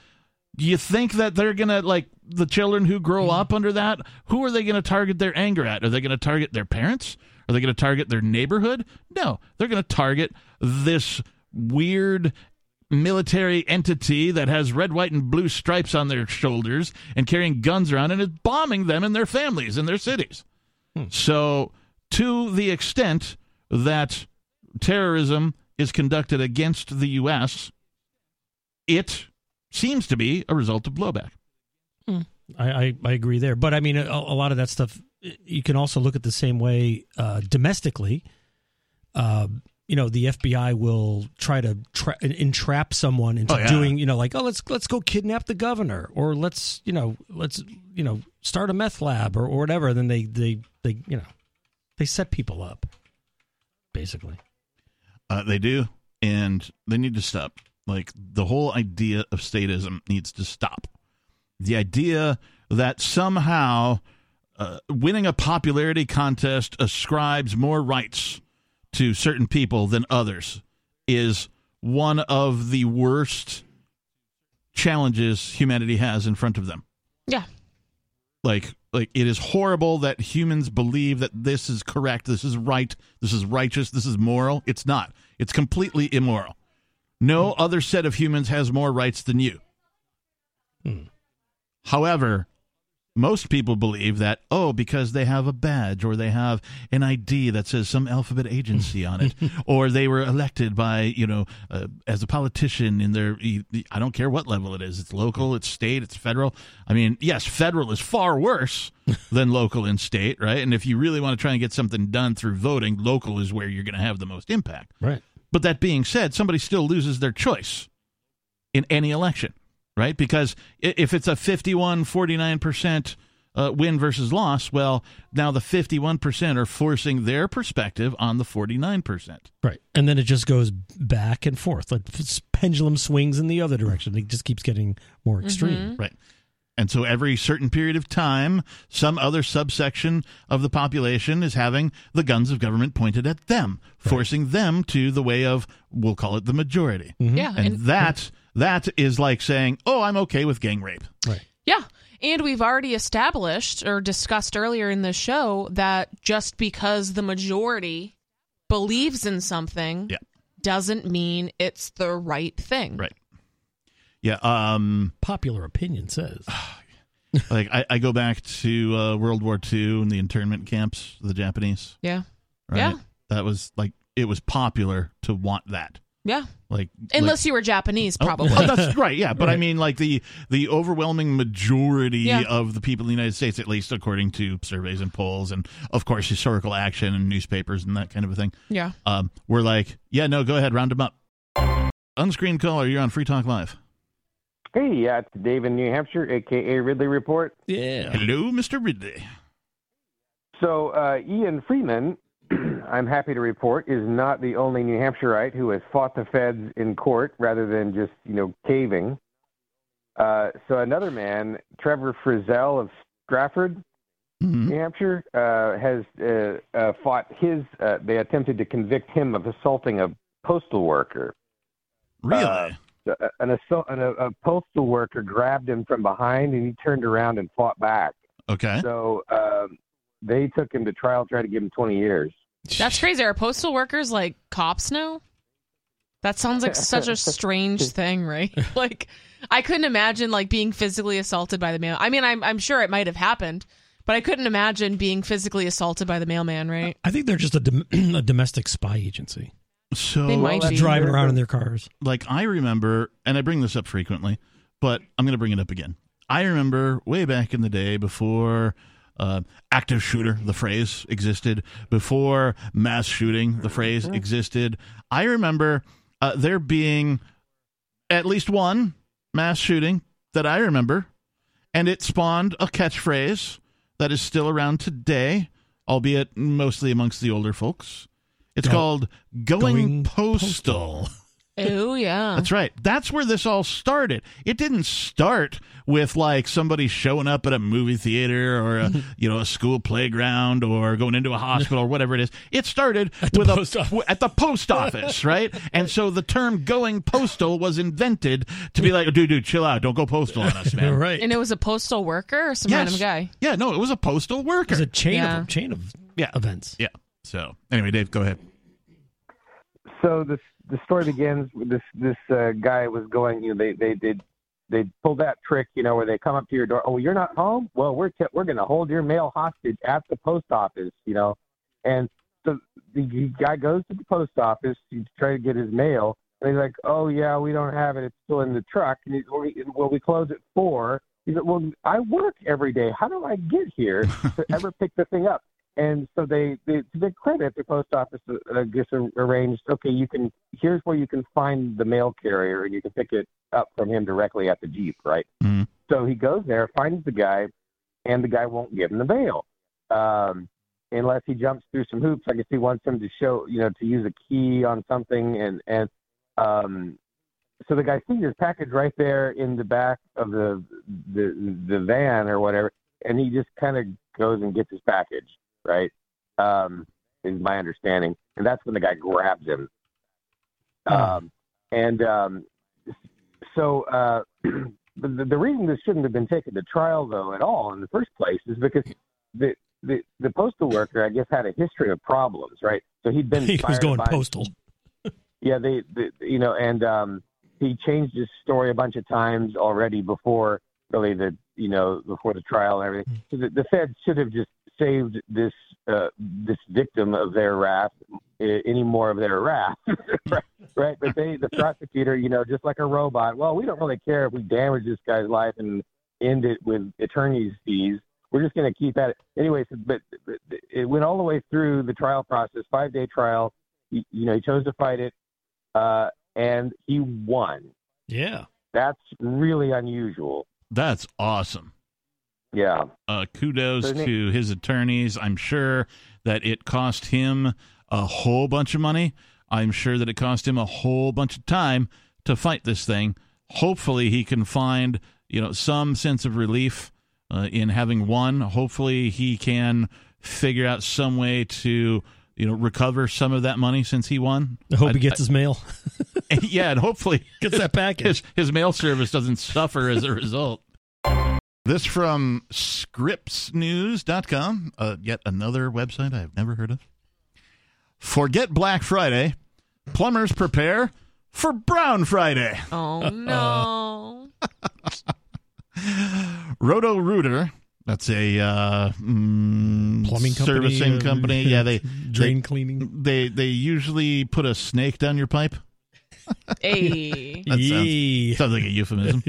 [SPEAKER 2] you think that they're gonna like the children who grow up under that who are they gonna target their anger at are they gonna target their parents are they gonna target their neighborhood no they're gonna target this weird military entity that has red white and blue stripes on their shoulders and carrying guns around and is bombing them and their families and their cities so to the extent that terrorism is conducted against the us it seems to be a result of blowback.
[SPEAKER 4] I, I, I agree there. But I mean, a, a lot of that stuff, y- you can also look at the same way uh, domestically. Uh, you know, the FBI will try to tra- entrap someone into
[SPEAKER 2] Oh, yeah.
[SPEAKER 4] doing, you know, like, oh, let's let's go kidnap the governor, or let's, you know, let's, you know, start a meth lab or, or whatever. And then they, they, they, you know, they set people up, basically.
[SPEAKER 2] Uh, they do, and they need to stop. Like the whole idea of statism needs to stop. The idea that somehow uh, winning a popularity contest ascribes more rights to certain people than others is one of the worst challenges humanity has in front of them.
[SPEAKER 3] yeah
[SPEAKER 2] like like it is horrible that humans believe that this is correct this is right this is righteous this is moral it's not it's completely immoral no other set of humans has more rights than you
[SPEAKER 4] Hmm.
[SPEAKER 2] however most people believe that oh because they have a badge or they have an id that says some alphabet agency on it or they were elected by you know uh, as a politician in their e, i don't care what level it is it's local it's state it's federal i mean yes federal is far worse than local and state right and if you really want to try and get something done through voting local is where you're going to have the most impact
[SPEAKER 4] Right.
[SPEAKER 2] but that being said, somebody still loses their choice in any election, right? Because i- if it's a 51, 49% uh, win versus loss, well, now the 51% are forcing their perspective on the 49%.
[SPEAKER 4] Right. And then it just goes back and forth. Like this pendulum swings in the other direction. It just keeps getting
[SPEAKER 2] Mm-hmm.
[SPEAKER 4] more extreme.
[SPEAKER 2] Right. And so every certain period of time, some other subsection of the population is having the guns of government pointed at them, forcing them to the way of, we'll call it the majority.
[SPEAKER 3] Yeah,
[SPEAKER 2] Mm-hmm. And,
[SPEAKER 3] Oh, and
[SPEAKER 2] that that is like saying, "Oh, I'm okay with gang rape."
[SPEAKER 4] Right.
[SPEAKER 3] Yeah. And we've already established or discussed earlier in the show that just because the majority believes in something
[SPEAKER 2] Yeah.
[SPEAKER 3] doesn't mean it's the right thing.
[SPEAKER 2] Right. Yeah. Um.
[SPEAKER 4] Popular opinion says.
[SPEAKER 2] Like I, I go back to uh, World War II and the internment camps, the Japanese.
[SPEAKER 3] Yeah.
[SPEAKER 2] Right?
[SPEAKER 3] Yeah.
[SPEAKER 2] That was like it was popular to want that.
[SPEAKER 3] Yeah.
[SPEAKER 2] Like like-
[SPEAKER 3] Unless you were Japanese,
[SPEAKER 2] Oh,
[SPEAKER 3] probably.
[SPEAKER 2] Oh, that's right. Yeah, but I mean, like the the overwhelming majority
[SPEAKER 3] Yeah.
[SPEAKER 2] of the people in the United States, at least according to surveys and polls, and of course historical action and newspapers and that kind of a thing,
[SPEAKER 3] yeah.
[SPEAKER 2] um, were like, "Yeah, no, go ahead, round them up." Unscreened caller, you're on Free Talk Live.
[SPEAKER 6] Hey, yeah, it's Dave in New Hampshire, aka Ridley Report.
[SPEAKER 4] Yeah.
[SPEAKER 2] Hello, Mr. Ridley.
[SPEAKER 6] So, uh, Ian Freeman, I'm happy to report, is not the only New Hampshireite who has fought the feds in court rather than just, you know, caving. Uh, so, another man, Trevor Frizzell of Stratford,
[SPEAKER 2] Mhm.
[SPEAKER 6] New Hampshire, uh, has uh, uh, fought his, uh, they attempted to convict him of assaulting a postal worker.
[SPEAKER 2] Really?
[SPEAKER 6] Uh, An, assault, an, a, a postal worker grabbed him from behind and he turned around and fought back.
[SPEAKER 2] okay.
[SPEAKER 6] So um, they took him to trial, tried to give him 20 years.
[SPEAKER 3] That's crazy. Are postal workers like cops now? That sounds like such a strange thing, right? Like I couldn't imagine like being physically assaulted by the mail. I mean, I'm I'm sure it might have happened, but I couldn't imagine being physically assaulted by the mailman, right?
[SPEAKER 4] I think they're just a, dom- a domestic spy agency
[SPEAKER 2] So,
[SPEAKER 3] They might be.
[SPEAKER 4] driving around in their cars.
[SPEAKER 2] like, I remember, and I bring this up frequently, but I'm going to bring it up again. I remember way back in the day before uh, active shooter, the phrase existed, before mass shooting, the phrase
[SPEAKER 4] Mm-hmm.
[SPEAKER 2] existed. I remember uh, there being at least one mass shooting that I remember, and it spawned a catchphrase that is still around today, albeit mostly amongst the older folks. It's
[SPEAKER 4] Go-
[SPEAKER 2] called going,
[SPEAKER 4] going
[SPEAKER 2] postal.
[SPEAKER 3] Oh yeah.
[SPEAKER 4] Uh-huh.
[SPEAKER 2] That's right. That's where this all started. It didn't start with like somebody showing up at a movie theater or a, you know a school playground or going into a hospital or whatever it is. It started
[SPEAKER 4] the
[SPEAKER 2] with
[SPEAKER 4] post
[SPEAKER 2] a
[SPEAKER 4] office.
[SPEAKER 2] w- at the post office, right? And so the term "going postal" was invented to be like, "Dude, dude, chill out. Don't go postal on us, man."
[SPEAKER 4] right.
[SPEAKER 3] And it was a postal worker or some
[SPEAKER 2] Yes.
[SPEAKER 3] random guy.
[SPEAKER 2] Yeah. No, it was a postal worker.
[SPEAKER 4] There's a chain
[SPEAKER 3] Yeah.
[SPEAKER 4] of chain of
[SPEAKER 2] Yeah.
[SPEAKER 4] events.
[SPEAKER 2] yeah. So anyway, Dave, go ahead.
[SPEAKER 6] So this the story begins with this this uh, guy was going. You know, they they did they pulled that trick. You know, where they come up to your door. Oh, you're not home. Well, we're t- we're going to hold your mail hostage at the post office. You know, and so the guy goes to the post office to try to get his mail. And he's like, "Oh yeah, we don't have it. It's still in the truck." And he's, well, we, well, we close at four. He's like, "Well, I work every day. How do I get here to ever pick the thing up?" And so they, they to their credit, the post office uh, just ar- arranged. Okay, you can here's where you can find the mail carrier, and you can pick it up from him directly at the jeep, right?
[SPEAKER 2] Mhm.
[SPEAKER 6] So he goes there, finds the guy, and the guy won't give him the mail. Um, unless he jumps through some hoops, I guess he wants him to show, you know, to use a key on something, and and um, so the guy sees his package right there in the back of the the the van or whatever, and he just kind of goes and gets his package, right? Um, is my understanding, and that's when the guy grabs him. Um, and um, so uh, the, the, the reason this shouldn't have been taken to trial though at all in the first place is because the the, the postal worker I guess had a history of problems, right? So he'd been
[SPEAKER 4] he was
[SPEAKER 6] fired
[SPEAKER 4] going
[SPEAKER 6] by-
[SPEAKER 4] postal.
[SPEAKER 6] Yeah, they, they you know, and um, he changed his story a bunch of times already before really the you know before the trial and everything. So the, the Fed should have just saved this uh, this victim of their wrath uh, any more of their wrath, right? right? But they the prosecutor, you know, just like a robot. Well, we don't really care if we damage this guy's life and end it with attorney's fees. We're just going to keep at it anyway. So, but, but it went all the way through the trial process, five day trial. You, you know, he chose to fight it uh, and he won.
[SPEAKER 4] Yeah.
[SPEAKER 6] That's really unusual.
[SPEAKER 2] That's awesome.
[SPEAKER 6] Yeah,
[SPEAKER 2] Uh, kudos
[SPEAKER 6] Doesn't it-
[SPEAKER 2] to his attorneys. I'm sure that it cost him a whole bunch of money. I'm sure that it cost him a whole bunch of time to fight this thing. Hopefully, he can find you know some sense of relief uh, in having won. Hopefully, he can figure out some way to you know recover some of that money since he won.
[SPEAKER 4] I hope
[SPEAKER 2] I-
[SPEAKER 4] he gets his mail.
[SPEAKER 2] yeah, and hopefully
[SPEAKER 4] Gets that package.
[SPEAKER 2] his his mail service doesn't suffer as a result. This from scriptsnews.com, uh, yet another website I've never heard of. Forget Black Friday. Plumbers prepare for Brown Friday.
[SPEAKER 3] Oh no.
[SPEAKER 2] Roto Rooter, that's a uh, mm,
[SPEAKER 4] Plumbing company,
[SPEAKER 2] servicing
[SPEAKER 4] uh,
[SPEAKER 2] company. Yeah, they
[SPEAKER 4] Drain cleaning.
[SPEAKER 2] they they usually put a snake down your pipe.
[SPEAKER 3] hey.
[SPEAKER 2] That sounds-
[SPEAKER 4] Yee.
[SPEAKER 2] Sounds like a euphemism.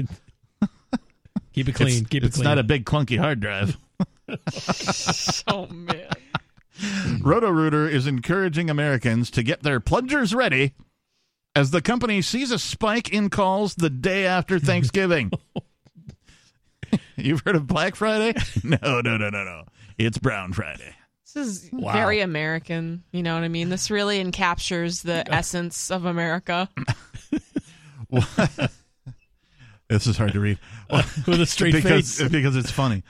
[SPEAKER 4] Keep it clean.
[SPEAKER 2] It's,
[SPEAKER 4] Keep it
[SPEAKER 2] it's
[SPEAKER 4] clean.
[SPEAKER 2] not a big clunky hard drive.
[SPEAKER 3] Oh man.
[SPEAKER 2] Roto-Rooter is encouraging Americans to get their plungers ready as the company sees a spike in calls the day after Thanksgiving. You've heard of Black Friday? No, no, no, no, no. It's Brown Friday.
[SPEAKER 3] This is very American. You know what I mean? This really encaptures the essence of America.
[SPEAKER 2] This is hard to read.
[SPEAKER 4] with a straight
[SPEAKER 2] because,
[SPEAKER 4] face.
[SPEAKER 2] because it's funny.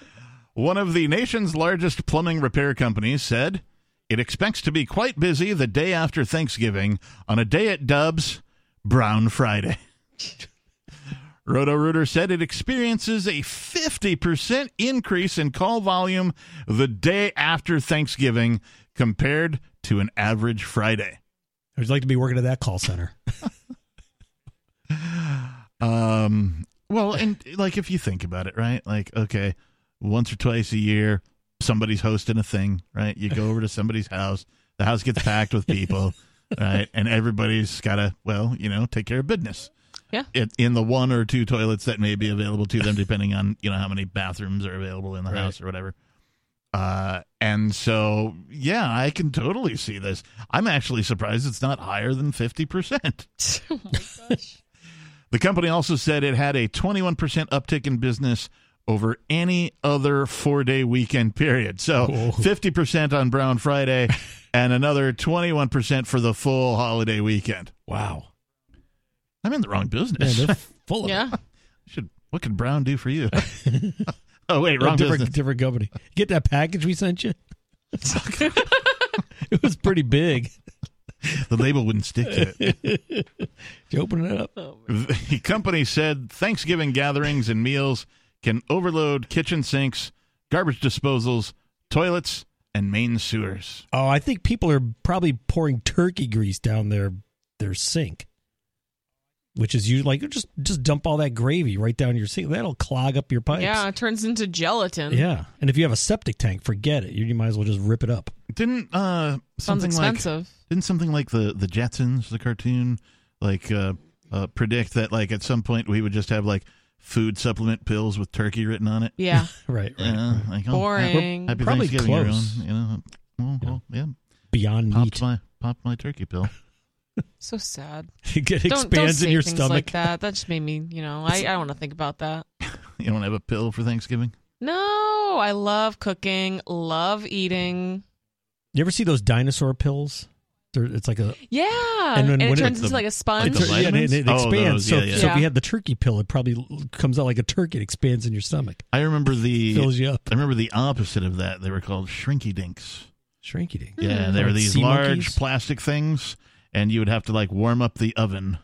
[SPEAKER 2] One of the nation's largest plumbing repair companies said it expects to be quite busy the day after Thanksgiving on a day it dubs Brown Friday. Roto Rooter said it experiences a 50% increase in call volume the day after Thanksgiving compared to an average Friday.
[SPEAKER 4] I'd like to be working at that call center.
[SPEAKER 2] Um, well, and like if you think about it, right? Like, okay, once or twice a year, somebody's hosting a thing, right? You go over to somebody's house, the house gets packed with people, right? And everybody's got to, well, you know, take care of business.
[SPEAKER 3] Yeah.
[SPEAKER 2] It, in the one or two toilets that may be available to them, depending on you know how many bathrooms are available in the
[SPEAKER 4] Right.
[SPEAKER 2] house or whatever. Uh, and so, yeah, I can totally see this. I'm actually surprised it's not higher than fifty percent.
[SPEAKER 3] oh my gosh.
[SPEAKER 2] The company also said it had a 21% uptick in business over any other four day weekend period. So
[SPEAKER 4] Whoa.
[SPEAKER 2] 50% on Brown Friday and another 21% for the full holiday weekend.
[SPEAKER 4] Wow.
[SPEAKER 2] I'm in the wrong
[SPEAKER 4] Man,
[SPEAKER 2] business.
[SPEAKER 4] they're full of it.
[SPEAKER 3] Yeah.
[SPEAKER 2] Should, what could Brown do for you? oh, wait,
[SPEAKER 4] A
[SPEAKER 2] wrong
[SPEAKER 4] different,
[SPEAKER 2] business.
[SPEAKER 4] different company. Get that package we sent you. it was pretty big.
[SPEAKER 2] The label wouldn't stick to it.
[SPEAKER 4] You open it up.
[SPEAKER 3] Oh.
[SPEAKER 2] The company said Thanksgiving gatherings and meals can overload kitchen sinks, garbage disposals, toilets, and main sewers.
[SPEAKER 4] Oh, I think people are probably pouring turkey grease down their their sink, which is usually like just just dump all that gravy right down your sink. That'll clog up your pipes.
[SPEAKER 3] Yeah, it turns into gelatin.
[SPEAKER 4] Yeah. And if you have a septic tank, forget it. You, you might as well just rip it up.
[SPEAKER 2] Didn't uh
[SPEAKER 3] Sounds
[SPEAKER 2] something like
[SPEAKER 3] expensive.
[SPEAKER 2] didn't something like the the Jetsons the cartoon like uh, uh predict that like at some point we would just have like food supplement pills with turkey written on it?
[SPEAKER 3] yeah.
[SPEAKER 4] Right. right.
[SPEAKER 2] Yeah, like, oh,
[SPEAKER 3] Boring.
[SPEAKER 2] Happy
[SPEAKER 4] Probably
[SPEAKER 2] Thanksgiving, everyone.
[SPEAKER 4] close.
[SPEAKER 2] You know, well, well, yeah.
[SPEAKER 4] Beyond
[SPEAKER 2] Popped
[SPEAKER 4] meat.
[SPEAKER 2] my popped my turkey pill.
[SPEAKER 3] So sad.
[SPEAKER 4] it expands
[SPEAKER 3] Don't, don't say
[SPEAKER 4] in your
[SPEAKER 3] things
[SPEAKER 4] stomach.
[SPEAKER 3] like that. That just made me, you know, I, I don't want to think about that.
[SPEAKER 2] You don't have a pill for Thanksgiving?
[SPEAKER 3] No, I love cooking, love eating.
[SPEAKER 4] You ever see those dinosaur pills? They're, it's like a
[SPEAKER 3] Yeah.
[SPEAKER 4] And
[SPEAKER 3] And,
[SPEAKER 4] then when
[SPEAKER 3] it
[SPEAKER 4] it-
[SPEAKER 3] turns into
[SPEAKER 2] the-
[SPEAKER 3] like a
[SPEAKER 2] like
[SPEAKER 3] sponge.
[SPEAKER 2] the
[SPEAKER 4] Tur- yeah,
[SPEAKER 2] vitamins?
[SPEAKER 4] it, it
[SPEAKER 2] Oh,
[SPEAKER 4] expands.
[SPEAKER 2] those,
[SPEAKER 4] so,
[SPEAKER 2] yeah, yeah.
[SPEAKER 4] so if
[SPEAKER 3] Yeah.
[SPEAKER 4] you had the turkey pill, it probably l- comes out like a turkey. It expands in your stomach,
[SPEAKER 2] I remember the
[SPEAKER 4] fills you up.
[SPEAKER 2] I remember the opposite of that. They were called shrinky dinks.
[SPEAKER 4] Shrinky dink.
[SPEAKER 2] Yeah, they were
[SPEAKER 4] Hmm. Like
[SPEAKER 2] these
[SPEAKER 4] sea
[SPEAKER 2] large
[SPEAKER 4] monkeys?
[SPEAKER 2] plastic things, and you would have to like warm up the oven,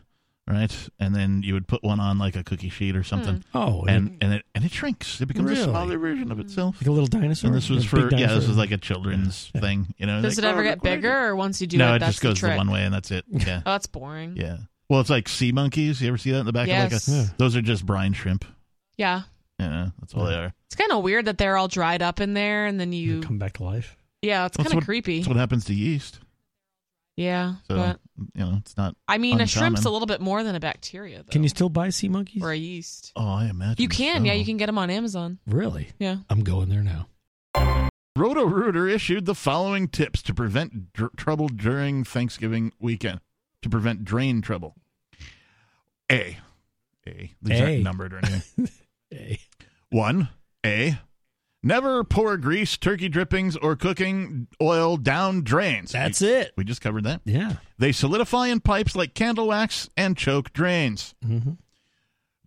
[SPEAKER 2] right? And then you would put one on like a cookie sheet or something,
[SPEAKER 4] Oh,
[SPEAKER 2] and and it and it shrinks. It becomes a
[SPEAKER 4] Really?
[SPEAKER 2] smaller version of itself.
[SPEAKER 4] like a little dinosaur.
[SPEAKER 2] And this was
[SPEAKER 4] A big
[SPEAKER 2] for yeah, this
[SPEAKER 4] dinosaur.
[SPEAKER 2] was like a children's
[SPEAKER 4] Yeah.
[SPEAKER 2] thing. You know,
[SPEAKER 3] Does
[SPEAKER 2] like,
[SPEAKER 3] it ever
[SPEAKER 2] oh,
[SPEAKER 3] get
[SPEAKER 2] look what I did.
[SPEAKER 3] bigger, or once you do
[SPEAKER 2] no,
[SPEAKER 3] it,
[SPEAKER 2] it
[SPEAKER 3] that's
[SPEAKER 2] just goes
[SPEAKER 3] the trick?
[SPEAKER 2] one way, and that's it. Yeah,
[SPEAKER 3] Oh, that's boring.
[SPEAKER 2] yeah. Well, it's like sea monkeys. You ever see that in the back of like
[SPEAKER 3] Yes.
[SPEAKER 2] a? Those are just brine shrimp.
[SPEAKER 3] Yeah.
[SPEAKER 2] Yeah, that's all they are.
[SPEAKER 3] It's kind of weird that they're all dried up in there, and then
[SPEAKER 4] They
[SPEAKER 3] you. Oh.
[SPEAKER 4] come back to life.
[SPEAKER 3] Yeah, it's
[SPEAKER 2] That's
[SPEAKER 3] kind of
[SPEAKER 2] what-
[SPEAKER 3] creepy.
[SPEAKER 2] That's what happens to yeast.
[SPEAKER 3] Yeah,
[SPEAKER 2] So
[SPEAKER 3] but
[SPEAKER 2] you know, it's not.
[SPEAKER 3] I mean, a shrimp's
[SPEAKER 2] uncommon.
[SPEAKER 3] a little bit more than a bacteria, though,
[SPEAKER 4] Can you still buy sea monkeys?
[SPEAKER 3] or a yeast.
[SPEAKER 2] Oh, I imagine
[SPEAKER 3] You can,
[SPEAKER 2] so.
[SPEAKER 3] yeah, you can get them on Amazon.
[SPEAKER 4] Really?
[SPEAKER 3] Yeah.
[SPEAKER 4] I'm going there now.
[SPEAKER 2] Roto Rooter issued the following tips to prevent dr- trouble during Thanksgiving weekend. To prevent drain trouble. A. A. These
[SPEAKER 4] A.
[SPEAKER 2] aren't numbered or anything.
[SPEAKER 4] Hey.
[SPEAKER 2] One. A. Never pour grease, turkey drippings, or cooking oil down drains.
[SPEAKER 4] That's
[SPEAKER 2] we,
[SPEAKER 4] it.
[SPEAKER 2] We just covered that.
[SPEAKER 4] Yeah.
[SPEAKER 2] They solidify in pipes like candle wax and choke drains.
[SPEAKER 4] Mm-hmm.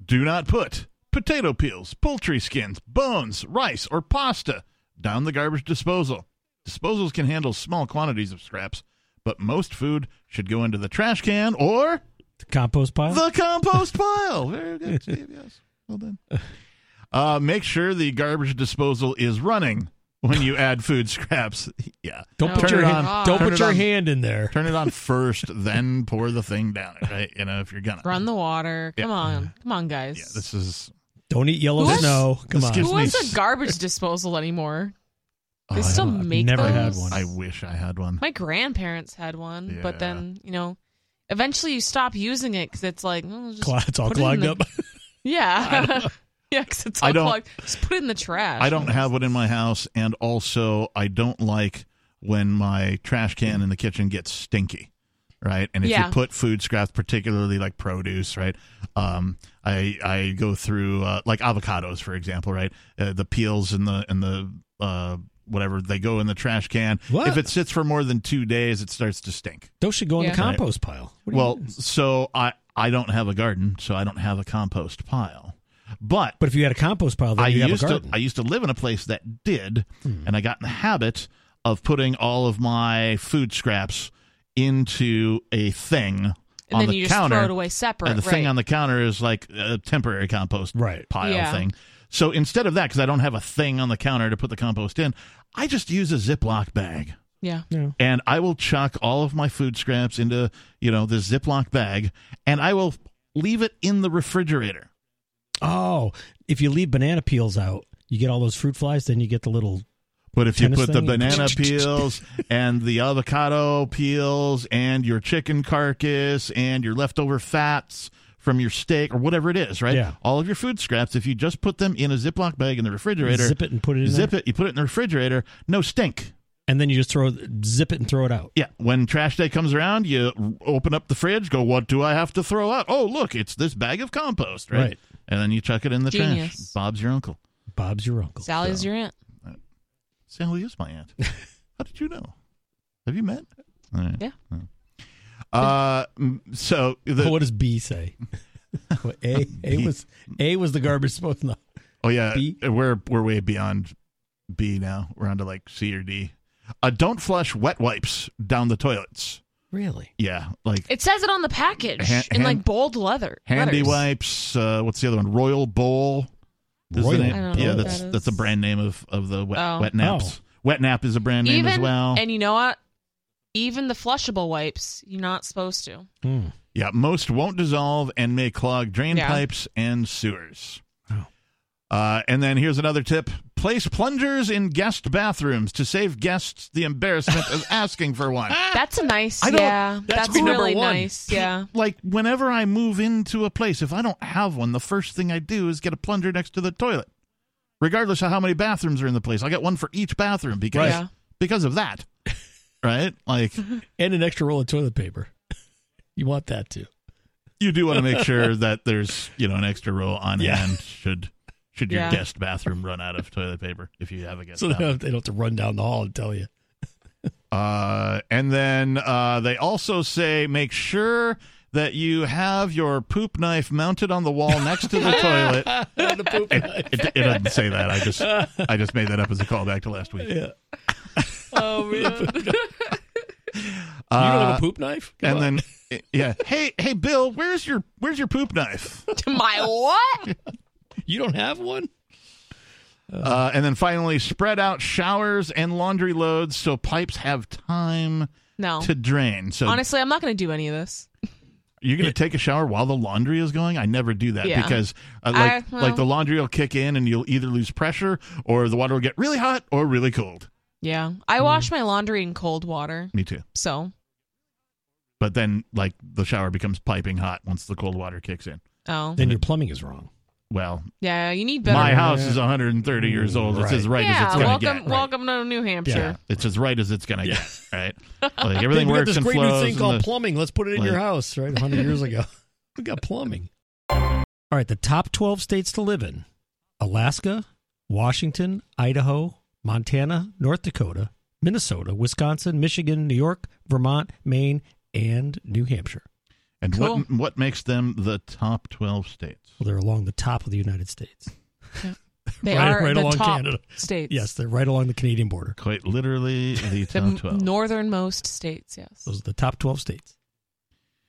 [SPEAKER 2] Do not put potato peels, poultry skins, bones, rice, or pasta down the garbage disposal. Disposals can handle small quantities of scraps, but most food should go into the trash can or
[SPEAKER 4] The compost pile.
[SPEAKER 2] the compost pile. Very good, Steve. Yes. Well done. Uh, make sure the garbage disposal is running when you add food scraps. Yeah.
[SPEAKER 4] don't
[SPEAKER 3] No.
[SPEAKER 4] put
[SPEAKER 2] Turn
[SPEAKER 4] your
[SPEAKER 2] it
[SPEAKER 4] hand,
[SPEAKER 3] on.
[SPEAKER 4] don't
[SPEAKER 2] Turn
[SPEAKER 4] put
[SPEAKER 2] it
[SPEAKER 4] your
[SPEAKER 2] on.
[SPEAKER 4] hand in there.
[SPEAKER 2] Turn it on first, then pour the thing down it, right? You know, if you're going to.
[SPEAKER 3] Run the water.
[SPEAKER 2] Yeah.
[SPEAKER 3] Come on, come on, guys.
[SPEAKER 2] Yeah, this is.
[SPEAKER 4] Don't eat yellow
[SPEAKER 3] Who
[SPEAKER 4] snow.
[SPEAKER 2] has-
[SPEAKER 4] Come
[SPEAKER 2] this
[SPEAKER 4] on.
[SPEAKER 2] gives
[SPEAKER 3] Who
[SPEAKER 2] me
[SPEAKER 3] has
[SPEAKER 2] s-
[SPEAKER 3] a garbage disposal anymore?
[SPEAKER 2] Oh,
[SPEAKER 3] They
[SPEAKER 2] I
[SPEAKER 3] still
[SPEAKER 2] don't-
[SPEAKER 4] I've
[SPEAKER 3] make
[SPEAKER 4] never had
[SPEAKER 3] those?
[SPEAKER 4] one.
[SPEAKER 2] I wish I had one.
[SPEAKER 3] My grandparents had one,
[SPEAKER 2] Yeah.
[SPEAKER 3] but then you know, eventually you stop using it because it's like mm, just
[SPEAKER 4] Cla- it's all
[SPEAKER 3] put it in
[SPEAKER 4] clogged
[SPEAKER 3] the-
[SPEAKER 4] up.
[SPEAKER 3] Yeah, yeah, because it's
[SPEAKER 2] I
[SPEAKER 3] all
[SPEAKER 2] don't-
[SPEAKER 3] clogged. Just put it in the trash.
[SPEAKER 2] I don't have one in my house, and also I don't like when my trash can in the kitchen gets stinky, right? And if
[SPEAKER 3] Yeah.
[SPEAKER 2] you put food scraps, particularly like produce, right? Um, I I go through uh, like avocados, for example, right? Uh, the peels and the and the uh, whatever they go in the trash can.
[SPEAKER 4] What?
[SPEAKER 2] If it sits for more than two days, it starts to stink.
[SPEAKER 4] Those should go in
[SPEAKER 3] Yeah.
[SPEAKER 4] the compost pile. What do you
[SPEAKER 2] Well,
[SPEAKER 4] mean?
[SPEAKER 2] so I I don't have a garden, so I don't have a compost pile, but
[SPEAKER 4] but if you had a compost pile, then
[SPEAKER 2] I
[SPEAKER 4] you have a
[SPEAKER 2] used to
[SPEAKER 4] garden. Hmm.
[SPEAKER 2] I used to live in a place that did, and I got in the habit of putting all of my food scraps into a thing
[SPEAKER 3] And
[SPEAKER 2] on
[SPEAKER 3] then
[SPEAKER 2] the
[SPEAKER 3] you just
[SPEAKER 2] counter.
[SPEAKER 3] throw it away separate.
[SPEAKER 2] and the
[SPEAKER 3] right.
[SPEAKER 2] thing on the counter is like a temporary compost
[SPEAKER 4] Right.
[SPEAKER 2] pile
[SPEAKER 3] Yeah.
[SPEAKER 2] thing. So instead of that, because I don't have a thing on the counter to put the compost in, I just use a Ziploc bag
[SPEAKER 3] yeah.
[SPEAKER 2] and I will chuck all of my food scraps into, you know, the Ziploc bag and I will leave it in the refrigerator.
[SPEAKER 4] oh, if you leave banana peels out, you get all those fruit flies. Then you get the little.
[SPEAKER 2] But if you
[SPEAKER 4] Tennis
[SPEAKER 2] put the
[SPEAKER 4] thing?
[SPEAKER 2] banana peels and the avocado peels and your chicken carcass and your leftover fats from your steak or whatever it is, right?
[SPEAKER 4] Yeah.
[SPEAKER 2] All of your food scraps, if you just put them in a Ziploc bag in the refrigerator,
[SPEAKER 4] Zip it and put it in
[SPEAKER 2] zip
[SPEAKER 4] there,
[SPEAKER 2] it, you put it in the refrigerator, no stink.
[SPEAKER 4] and then you just throw zip it and throw it out.
[SPEAKER 2] Yeah. When trash day comes around, you open up the fridge, go, what do I have to throw out? Oh, look, it's this bag of compost, right?
[SPEAKER 4] Right.
[SPEAKER 2] And then you chuck it in the trash.
[SPEAKER 3] Genius.
[SPEAKER 2] Bob's your uncle.
[SPEAKER 4] Bob's your uncle.
[SPEAKER 3] Sally's your aunt.
[SPEAKER 2] Sally is my aunt. How did you know? Have you met? All right.
[SPEAKER 3] Yeah.
[SPEAKER 2] Uh, mm, so the,
[SPEAKER 4] Oh, what does B say? What, a A
[SPEAKER 2] B.
[SPEAKER 4] was A was the garbage supposed no.
[SPEAKER 2] oh yeah,
[SPEAKER 4] B?
[SPEAKER 2] we're we're way beyond B now. We're on to like C or D. Uh, don't flush wet wipes down the toilets.
[SPEAKER 4] Really?
[SPEAKER 2] Yeah, like
[SPEAKER 3] It says it on the package
[SPEAKER 2] Han-
[SPEAKER 3] in like
[SPEAKER 2] hand-
[SPEAKER 3] bold leather.
[SPEAKER 2] handy
[SPEAKER 3] letters.
[SPEAKER 2] wipes. Uh, what's the other one? Royal Bowl. is the
[SPEAKER 4] Royal
[SPEAKER 2] name.
[SPEAKER 3] I don't know
[SPEAKER 2] yeah,
[SPEAKER 3] what
[SPEAKER 2] that's
[SPEAKER 3] that is.
[SPEAKER 2] that's a brand name of of the wet,
[SPEAKER 3] Oh.
[SPEAKER 2] wet naps. Wet nap is a brand name
[SPEAKER 3] Even
[SPEAKER 2] as well.
[SPEAKER 3] and you know what? Even the flushable wipes, you're not supposed to.
[SPEAKER 4] Hmm.
[SPEAKER 2] Yeah, most won't dissolve and may clog drain
[SPEAKER 3] Yeah.
[SPEAKER 2] pipes and sewers.
[SPEAKER 4] Oh.
[SPEAKER 2] Uh, and then here's another tip place plungers in guest bathrooms to save guests the embarrassment of asking for one.
[SPEAKER 3] That's a nice.
[SPEAKER 2] I don't-
[SPEAKER 3] yeah,
[SPEAKER 2] that
[SPEAKER 3] that's
[SPEAKER 2] should be number
[SPEAKER 3] really
[SPEAKER 2] one.
[SPEAKER 3] nice. Yeah.
[SPEAKER 2] Like, whenever I move into a place, if I don't have one, the first thing I do is get a plunger next to the toilet, regardless of how many bathrooms are in the place. I got one for each bathroom because,
[SPEAKER 3] Yeah.
[SPEAKER 2] because of that. Right? Like,
[SPEAKER 4] And an extra roll of toilet paper. You want that too.
[SPEAKER 2] you do want to make sure that there's you know an extra roll on
[SPEAKER 4] Yeah.
[SPEAKER 2] hand should should your
[SPEAKER 3] Yeah.
[SPEAKER 2] guest bathroom run out of toilet paper if you have a guest
[SPEAKER 4] So they
[SPEAKER 2] bathroom.
[SPEAKER 4] don't, they don't have to run down the hall and tell you.
[SPEAKER 2] Uh, and then uh, they also say make sure that you have your poop knife mounted on the wall next to the toilet.
[SPEAKER 4] the poop
[SPEAKER 2] It, it, it doesn't say that. I just I just made that up as a callback to last week.
[SPEAKER 4] Yeah.
[SPEAKER 3] Oh man.
[SPEAKER 7] you don't
[SPEAKER 2] Uh,
[SPEAKER 7] have a poop knife? Come
[SPEAKER 2] and
[SPEAKER 7] on.
[SPEAKER 2] then yeah, hey hey Bill, where's your where's your poop knife?
[SPEAKER 3] My what?
[SPEAKER 7] you don't have one.
[SPEAKER 2] Uh, and then finally, spread out showers and laundry loads so pipes have time
[SPEAKER 3] No.
[SPEAKER 2] to drain. So
[SPEAKER 3] Honestly, I'm not going to do any of this.
[SPEAKER 2] you're going to take a shower while the laundry is going. I never do that
[SPEAKER 3] Yeah.
[SPEAKER 2] because uh,
[SPEAKER 3] I-
[SPEAKER 2] like
[SPEAKER 3] well-
[SPEAKER 2] like the laundry will kick in and you'll either lose pressure or the water will get really hot or really cold.
[SPEAKER 3] Yeah. I
[SPEAKER 2] Hmm.
[SPEAKER 3] wash my laundry in cold water.
[SPEAKER 2] Me too.
[SPEAKER 3] So,
[SPEAKER 2] But then like the shower becomes piping hot once the cold water kicks in.
[SPEAKER 3] oh.
[SPEAKER 4] Then your plumbing is wrong.
[SPEAKER 2] Well,
[SPEAKER 3] Yeah, you need better.
[SPEAKER 2] my house is 130 years old. It's
[SPEAKER 4] Right.
[SPEAKER 2] as right
[SPEAKER 3] yeah,
[SPEAKER 2] as it's going to
[SPEAKER 3] welcome,
[SPEAKER 2] get. Right.
[SPEAKER 3] welcome to New Hampshire.
[SPEAKER 2] It's as right as it's going to
[SPEAKER 7] Yeah.
[SPEAKER 2] get. Right. Like everything
[SPEAKER 7] we got
[SPEAKER 2] works
[SPEAKER 7] this
[SPEAKER 2] and
[SPEAKER 7] great
[SPEAKER 2] flows.
[SPEAKER 7] new thing
[SPEAKER 2] and
[SPEAKER 7] called
[SPEAKER 2] the-
[SPEAKER 7] plumbing. Let's put it in
[SPEAKER 2] Like-
[SPEAKER 7] your house, right? 100 years ago. We got plumbing.
[SPEAKER 4] All right, the top 12 states to live in Alaska, Washington, Idaho, Montana, North Dakota, Minnesota, Wisconsin, Michigan, New York, Vermont, Maine, and New Hampshire.
[SPEAKER 2] And
[SPEAKER 3] Cool.
[SPEAKER 2] what what makes them the top twelve states?
[SPEAKER 4] Well, they're along the top of the United States.
[SPEAKER 3] They
[SPEAKER 4] Right-
[SPEAKER 3] are
[SPEAKER 4] right
[SPEAKER 3] the
[SPEAKER 4] along
[SPEAKER 3] top
[SPEAKER 4] Canada.
[SPEAKER 3] states.
[SPEAKER 4] Yes, they're right along the Canadian border.
[SPEAKER 2] Quite literally the
[SPEAKER 3] The
[SPEAKER 2] top twelve.
[SPEAKER 3] northernmost states, yes.
[SPEAKER 4] Those are the top 12 states.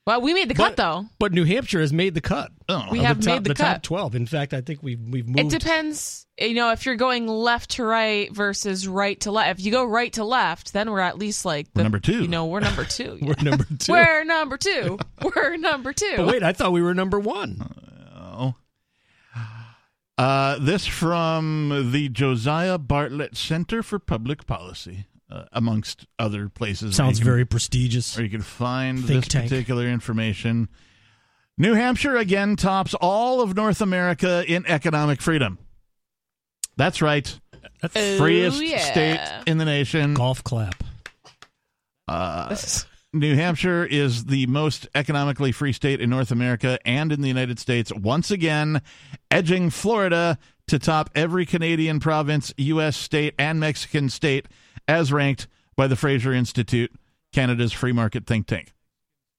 [SPEAKER 3] Well, we made the cut,
[SPEAKER 4] But-
[SPEAKER 3] though.
[SPEAKER 4] But New Hampshire has made the cut.
[SPEAKER 2] oh,
[SPEAKER 3] We
[SPEAKER 4] Of
[SPEAKER 3] have
[SPEAKER 4] the top,
[SPEAKER 3] made the
[SPEAKER 4] top
[SPEAKER 3] cut.
[SPEAKER 4] 12. In fact, I think we've, we've
[SPEAKER 3] It
[SPEAKER 4] moved.
[SPEAKER 3] depends, you know, if you're going left to right versus right to left. If you go right to left, then we're at least like
[SPEAKER 2] We're number two.
[SPEAKER 3] You know, we're number two.
[SPEAKER 4] We're number 2
[SPEAKER 3] We're number two. We're number two.
[SPEAKER 4] but wait, I thought we were number one.
[SPEAKER 2] Oh. Uh, this from the Josiah Bartlett Center for Public Policy, uh, amongst other places. where
[SPEAKER 4] Sounds
[SPEAKER 2] you can-
[SPEAKER 4] very prestigious.
[SPEAKER 2] Where you can find
[SPEAKER 4] Think
[SPEAKER 2] this
[SPEAKER 4] tank.
[SPEAKER 2] particular information. New Hampshire again tops all of North America in economic freedom. That's right.
[SPEAKER 3] Oh,
[SPEAKER 2] Freest
[SPEAKER 3] yeah.
[SPEAKER 2] state in the nation.
[SPEAKER 4] Golf clap.
[SPEAKER 2] Uh,
[SPEAKER 3] This is-
[SPEAKER 2] New Hampshire is the most economically free state in North America and in the United States, once again, edging Florida to top every Canadian province, U.S. state, and Mexican state as ranked by the Fraser Institute, Canada's free market think tank.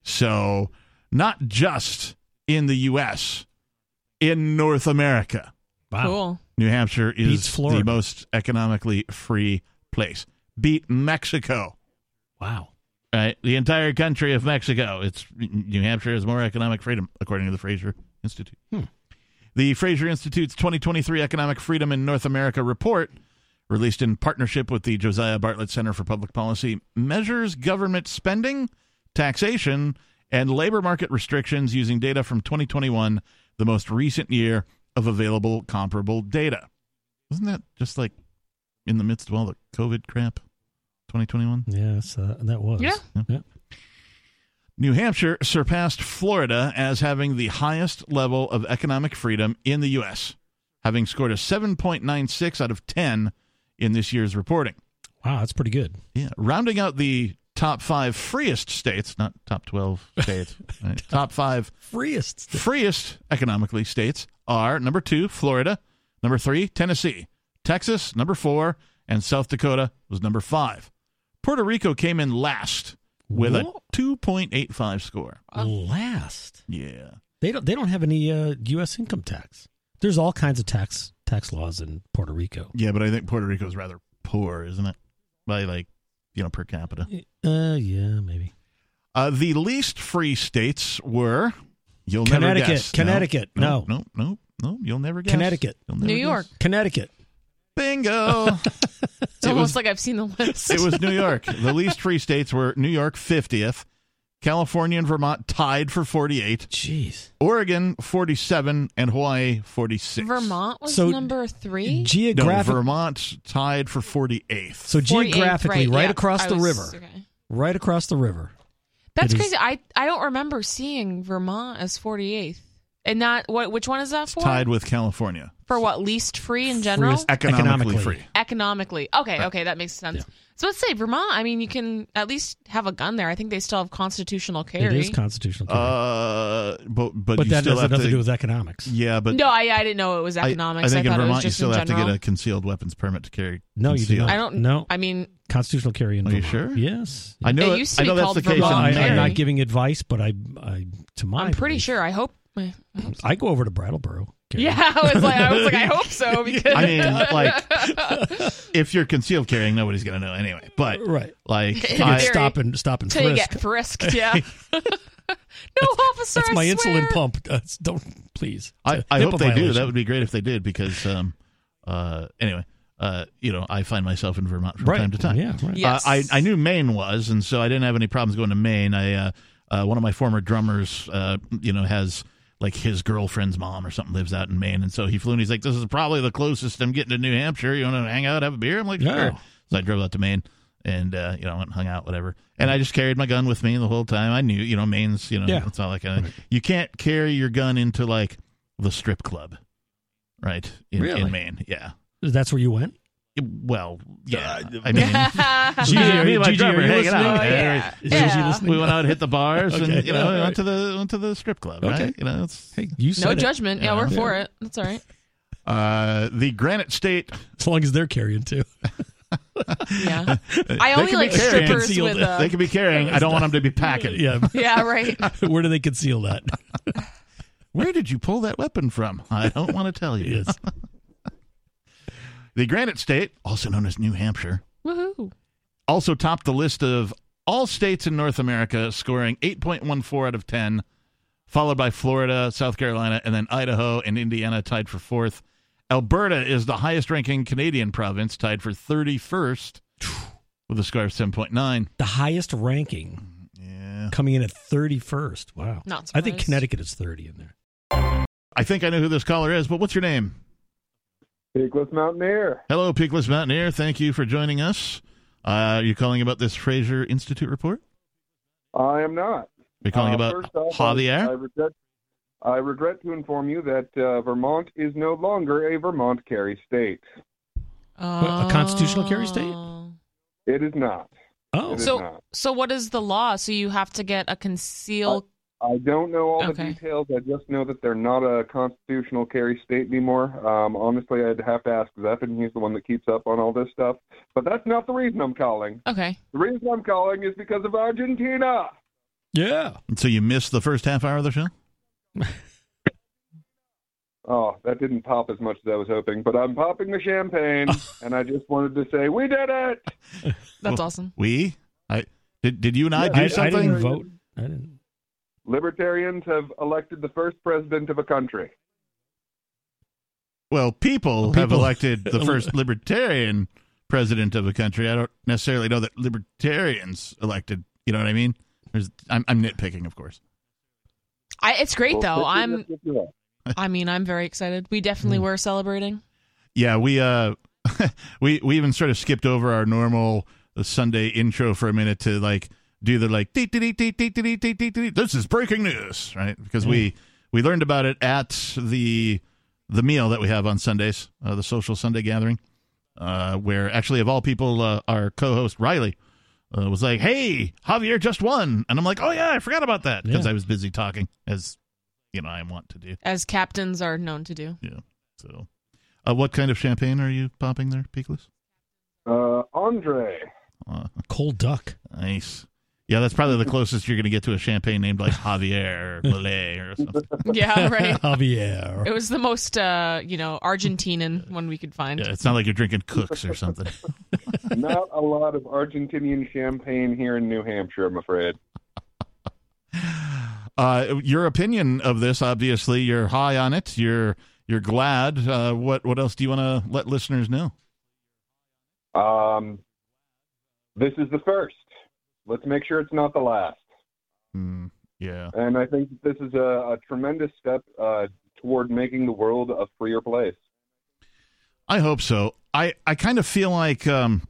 [SPEAKER 2] So, not just in the U.S., in North America.
[SPEAKER 4] Wow.
[SPEAKER 3] cool.
[SPEAKER 2] New Hampshire
[SPEAKER 4] Beats
[SPEAKER 2] is
[SPEAKER 4] Florida.
[SPEAKER 2] the most economically free place. Beat Mexico
[SPEAKER 4] Wow.
[SPEAKER 2] right? The entire country of Mexico. It's New Hampshire has more economic freedom, according to the Fraser Institute. The Fraser Institute's 2023 Economic Freedom in North America report, released in partnership with the Josiah Bartlett Center for Public Policy, measures government spending, taxation, and labor market restrictions using data from 2021, the most recent year of available comparable data. Wasn't that just like in the midst of all the COVID crap? 2021?
[SPEAKER 4] Yes, uh, that was.
[SPEAKER 3] Yeah.
[SPEAKER 4] yeah.
[SPEAKER 2] New Hampshire surpassed Florida as having the highest level of economic freedom in the U.S., having scored a 7.96 out of 10 in this year's reporting.
[SPEAKER 4] Wow, that's pretty good.
[SPEAKER 2] Yeah, rounding out the top five freest states, not top 12 states, right, top five
[SPEAKER 4] Freest.
[SPEAKER 2] freest economically states are number two, Florida, number three, Tennessee, Texas, number four, and South Dakota was number five. Puerto Rico came in last with
[SPEAKER 4] Whoa.
[SPEAKER 2] a 2.85 score.
[SPEAKER 3] uh,
[SPEAKER 4] Last.
[SPEAKER 2] Yeah.
[SPEAKER 4] They don't. They don't have any uh, U.S. income tax. There's all kinds of tax tax laws in Puerto Rico.
[SPEAKER 2] Yeah, but I think Puerto Rico is rather poor, isn't it? By like, you know, per capita.
[SPEAKER 4] Uh, yeah, maybe.
[SPEAKER 2] Uh, the least free states were you'll
[SPEAKER 4] Connecticut,
[SPEAKER 2] never guess.
[SPEAKER 4] Connecticut,
[SPEAKER 2] no, no, no, no, no, You'll never guess.
[SPEAKER 4] Connecticut.
[SPEAKER 2] You'll never
[SPEAKER 3] New
[SPEAKER 2] guess.
[SPEAKER 3] York.
[SPEAKER 4] Connecticut.
[SPEAKER 2] Bingo.
[SPEAKER 3] It's almost like I've seen the list.
[SPEAKER 2] it was New York. The least free states were New York, fiftieth. California and Vermont tied for forty-eight.
[SPEAKER 4] Jeez.
[SPEAKER 2] Oregon, forty-seven, and Hawaii, forty-six.
[SPEAKER 3] Vermont was
[SPEAKER 4] So-
[SPEAKER 3] number three.
[SPEAKER 2] No,
[SPEAKER 4] Geographic.
[SPEAKER 2] Vermont tied for forty-eighth.
[SPEAKER 4] so
[SPEAKER 3] 48th,
[SPEAKER 4] geographically, right,
[SPEAKER 3] yeah,
[SPEAKER 4] across
[SPEAKER 3] I
[SPEAKER 4] the
[SPEAKER 3] was-
[SPEAKER 4] river.
[SPEAKER 3] okay.
[SPEAKER 4] Right across the river.
[SPEAKER 3] That's
[SPEAKER 4] It is-
[SPEAKER 3] crazy. I I don't remember seeing Vermont as 48th. And not what? Which one is that for?
[SPEAKER 2] tied with California.
[SPEAKER 3] for what? Least free in general.
[SPEAKER 4] Freest-
[SPEAKER 2] Economically,
[SPEAKER 4] Economically.
[SPEAKER 2] free.
[SPEAKER 3] economically. Okay, okay, that makes sense. So let's say Vermont. I mean, you can at least have a gun there. I think they still have constitutional carry.
[SPEAKER 4] It is constitutional. carry.
[SPEAKER 2] Uh, but but,
[SPEAKER 4] but
[SPEAKER 2] you
[SPEAKER 4] that
[SPEAKER 2] still
[SPEAKER 4] has
[SPEAKER 2] have
[SPEAKER 4] nothing
[SPEAKER 2] to
[SPEAKER 4] to do with economics.
[SPEAKER 2] Yeah, but
[SPEAKER 3] no, I, I didn't know it was
[SPEAKER 2] I-
[SPEAKER 3] economics.
[SPEAKER 2] I, think in
[SPEAKER 3] thought it
[SPEAKER 2] Vermont
[SPEAKER 3] was
[SPEAKER 2] you
[SPEAKER 3] just
[SPEAKER 2] still
[SPEAKER 3] in
[SPEAKER 2] have
[SPEAKER 3] general.
[SPEAKER 2] to get a concealed weapons permit to carry.
[SPEAKER 4] No, you do
[SPEAKER 2] concealed.
[SPEAKER 4] not.
[SPEAKER 3] I don't
[SPEAKER 4] No.
[SPEAKER 3] I mean,
[SPEAKER 4] Constitutional carry in
[SPEAKER 2] Are you
[SPEAKER 4] Vermont.
[SPEAKER 2] sure?
[SPEAKER 4] Yes.
[SPEAKER 2] I know.
[SPEAKER 3] It used to
[SPEAKER 2] I
[SPEAKER 3] be
[SPEAKER 2] know that's
[SPEAKER 3] called
[SPEAKER 2] the case.
[SPEAKER 4] Well, I,
[SPEAKER 3] Vermont
[SPEAKER 2] in
[SPEAKER 4] am
[SPEAKER 3] Carry.
[SPEAKER 4] not giving advice, but I, I to my
[SPEAKER 3] I'm pretty
[SPEAKER 4] belief,
[SPEAKER 3] sure. I hope. I hope so.
[SPEAKER 4] I go over to Brattleboro, scary.
[SPEAKER 3] Yeah, I was like, I was like, I hope so because
[SPEAKER 2] I mean, like, if you're concealed carrying, nobody's gonna know anyway. But
[SPEAKER 4] Right.
[SPEAKER 2] like,
[SPEAKER 3] In
[SPEAKER 2] I,
[SPEAKER 3] theory.
[SPEAKER 4] Stop and stop and
[SPEAKER 3] till you
[SPEAKER 4] frisk.
[SPEAKER 3] get frisked. Yeah. no, officer.
[SPEAKER 4] That's my
[SPEAKER 3] I swear.
[SPEAKER 4] insulin pump. Uh, don't please.
[SPEAKER 2] I,
[SPEAKER 4] It's a
[SPEAKER 2] I hope
[SPEAKER 4] HIPAA
[SPEAKER 2] they do.
[SPEAKER 4] violation.
[SPEAKER 2] That would be great if they did, because um, uh, anyway, uh, you know, I find myself in Vermont from
[SPEAKER 4] right
[SPEAKER 2] time to time.
[SPEAKER 4] Yeah. Right.
[SPEAKER 3] Yes.
[SPEAKER 2] Uh, I, I knew Maine was, and so I didn't have any problems going to Maine. I uh, uh, one of my former drummers, uh, you know, has like his girlfriend's mom or something lives out in Maine, and so he flew and he's like, "This is probably the closest I'm getting to New Hampshire. You want to hang out, have a beer?" I'm like,
[SPEAKER 4] Yeah.
[SPEAKER 2] "Sure." So I drove out to Maine, and uh, you know, went and hung out, whatever. And I just carried my gun with me the whole time. I knew, you know, Maine's, you know,
[SPEAKER 4] Yeah.
[SPEAKER 2] it's all that kind of. You can't carry your gun into like the strip club, right? In, in
[SPEAKER 4] Really?
[SPEAKER 2] Maine, yeah.
[SPEAKER 8] That's where you went.
[SPEAKER 2] Well, yeah.
[SPEAKER 4] Uh,
[SPEAKER 2] I mean.
[SPEAKER 4] Gigi,
[SPEAKER 2] Yeah,
[SPEAKER 4] are
[SPEAKER 2] me
[SPEAKER 4] you-
[SPEAKER 2] and my
[SPEAKER 4] Gigi,
[SPEAKER 2] drummer
[SPEAKER 4] are you
[SPEAKER 2] hanging out.
[SPEAKER 4] listening?
[SPEAKER 2] Yeah,
[SPEAKER 3] Yeah.
[SPEAKER 2] right.
[SPEAKER 4] Is
[SPEAKER 3] Yeah.
[SPEAKER 4] Gigi listening?
[SPEAKER 2] We went out and hit the bars, and
[SPEAKER 4] Okay.
[SPEAKER 2] you know,
[SPEAKER 4] Yeah,
[SPEAKER 2] went to the went to the strip club.
[SPEAKER 4] Okay.
[SPEAKER 2] Right? You know, it's
[SPEAKER 4] Hey, you said
[SPEAKER 3] no
[SPEAKER 4] it.
[SPEAKER 3] judgment. Yeah,
[SPEAKER 2] Yeah.
[SPEAKER 3] we're for it. That's all right.
[SPEAKER 2] uh, the Granite State. uh,
[SPEAKER 4] As long as they're carrying too.
[SPEAKER 3] Yeah. I
[SPEAKER 2] they
[SPEAKER 3] only
[SPEAKER 2] can be carrying.
[SPEAKER 3] like strippers
[SPEAKER 4] Concealed.
[SPEAKER 3] with. Uh,
[SPEAKER 2] they could be carrying. I don't want them to be packing.
[SPEAKER 4] Yeah.
[SPEAKER 3] yeah. Right.
[SPEAKER 4] Where do they conceal that?
[SPEAKER 2] Where did you pull that weapon from? I don't want to tell you.
[SPEAKER 4] yes.
[SPEAKER 2] The Granite State, also known as New Hampshire,
[SPEAKER 3] Woohoo.
[SPEAKER 2] also topped the list of all states in North America, scoring 8.14 out of 10, followed by Florida, South Carolina, and then Idaho and Indiana tied for fourth. Alberta is the highest ranking Canadian province, tied for 31st with a score of 7.9.
[SPEAKER 8] The highest ranking
[SPEAKER 2] Yeah.
[SPEAKER 8] coming in at 31st. Wow.
[SPEAKER 3] Not
[SPEAKER 8] I think
[SPEAKER 3] surprised.
[SPEAKER 8] Connecticut is 30 in there.
[SPEAKER 2] I think I know who this caller is, but what's your name?
[SPEAKER 6] Peakless Mountaineer.
[SPEAKER 2] Hello, Peakless Mountaineer. Thank you for joining us. Uh, you're calling about this Fraser Institute report?
[SPEAKER 6] I am not.
[SPEAKER 2] You're calling
[SPEAKER 6] Uh,
[SPEAKER 2] about
[SPEAKER 6] first off, I, I
[SPEAKER 2] Javier?
[SPEAKER 6] regret, I regret to inform you that uh, Vermont is no longer a Vermont carry state.
[SPEAKER 8] What, a constitutional carry state?
[SPEAKER 3] Oh.
[SPEAKER 6] It is not.
[SPEAKER 4] Oh.
[SPEAKER 6] It is
[SPEAKER 3] So,
[SPEAKER 6] not.
[SPEAKER 3] so what is the law? So you have to get a conceal.
[SPEAKER 6] I don't know all
[SPEAKER 3] Okay.
[SPEAKER 6] the details. I just know that they're not a constitutional carry state anymore. Um, honestly, I'd have to ask Zephan. He's the one that keeps up on all this stuff. But that's not the reason I'm calling.
[SPEAKER 3] okay.
[SPEAKER 6] The reason I'm calling is because of Argentina.
[SPEAKER 4] Yeah.
[SPEAKER 2] So you missed the first half hour of the show?
[SPEAKER 6] Oh, that didn't pop as much as I was hoping, but I'm popping the champagne, and I just wanted to say we did it.
[SPEAKER 3] That's
[SPEAKER 2] Well,
[SPEAKER 3] awesome.
[SPEAKER 2] We? I did, did you and I
[SPEAKER 6] Yeah,
[SPEAKER 2] do
[SPEAKER 8] I, I
[SPEAKER 2] something?
[SPEAKER 8] didn't vote. I didn't.
[SPEAKER 6] Libertarians have elected the first president of a country.
[SPEAKER 2] Well, people, have
[SPEAKER 4] People-
[SPEAKER 2] elected the first libertarian president of a country. I don't necessarily know that libertarians elected. You know what I mean? There's, I'm, I'm nitpicking, of course.
[SPEAKER 3] I, it's great
[SPEAKER 6] Well,
[SPEAKER 3] though.
[SPEAKER 6] fifty
[SPEAKER 3] I'm.
[SPEAKER 6] is fifty.
[SPEAKER 3] I mean, I'm very excited. We definitely were celebrating.
[SPEAKER 2] Yeah, we uh, we we even sort of skipped over our normal Sunday intro for a minute to like do the like "Dee, dee, dee, dee, dee, dee, dee, dee, dee, this is breaking news, right? Because we we learned about it at the the meal that we have on Sundays, uh, the social Sunday gathering, uh, where actually of all people, uh, our co-host Riley. Uh, was like, hey, Javier just won, and I'm like, oh yeah, I forgot about that because
[SPEAKER 4] Yeah.
[SPEAKER 2] I was busy talking, as you know, I want to do.
[SPEAKER 3] as captains are known to do.
[SPEAKER 2] So, uh, what kind of champagne are you popping there, Peakless?
[SPEAKER 6] Uh, Andre.
[SPEAKER 2] Uh,
[SPEAKER 4] Cold duck.
[SPEAKER 2] Nice. Yeah, that's probably the closest you're going to get to a champagne named like Javier or Malay or something.
[SPEAKER 3] Yeah, right.
[SPEAKER 4] Javier.
[SPEAKER 3] It was the most, uh, you know, Argentinian one we could find.
[SPEAKER 2] Yeah, it's not like you're drinking Cooks or something.
[SPEAKER 6] Not a lot of Argentinian champagne here in New Hampshire, I'm afraid.
[SPEAKER 2] Uh, your opinion of this, obviously, you're high on it. You're you're glad. Uh, what what else do you want to let listeners know?
[SPEAKER 6] Um, this is the first. Let's make sure it's not the last.
[SPEAKER 2] Hmm, yeah,
[SPEAKER 6] And I think this is a, a tremendous step uh, toward making the world a freer place.
[SPEAKER 2] I hope so. I I kind of feel like um,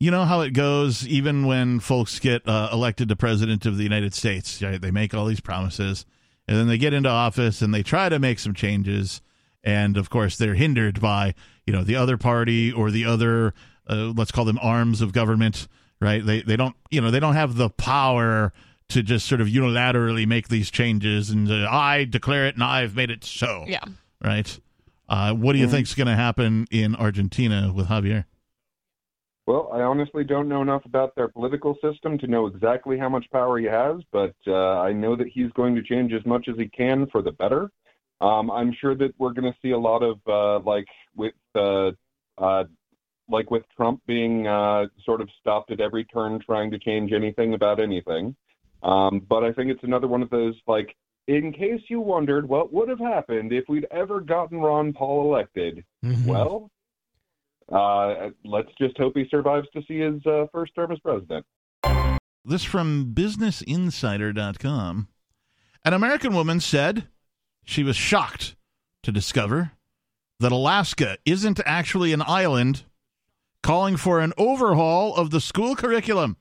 [SPEAKER 2] you know how it goes. Even when folks get uh, elected to president of the United States, right? they make all these promises, and then they get into office and they try to make some changes, and of course they're hindered by you know the other party or the other uh, let's call them arms of government, right? They they don't you know they don't have the power to just sort of unilaterally make these changes and uh, I declare it and I've made it so
[SPEAKER 3] Yeah.
[SPEAKER 2] right? Uh, what do you
[SPEAKER 6] Mhm.
[SPEAKER 2] think's going to happen in Argentina with Javier?
[SPEAKER 6] Well, I honestly don't know enough about their political system to know exactly how much power he has, but uh, I know that he's going to change as much as he can for the better.
[SPEAKER 9] Um, I'm sure that we're going to see a lot of uh, like with uh, uh, like with Trump being uh, sort of stopped at every turn, trying to change anything about anything. Um, but I think it's another one of those like, in case you wondered what would have happened if we'd ever gotten Ron Paul elected.
[SPEAKER 4] Mm-hmm.
[SPEAKER 9] Well, uh, let's just hope he survives to see his uh, first term as president.
[SPEAKER 2] This from businessinsider.com. An American woman said she was shocked to discover that Alaska isn't actually an island, calling for an overhaul of the school curriculum.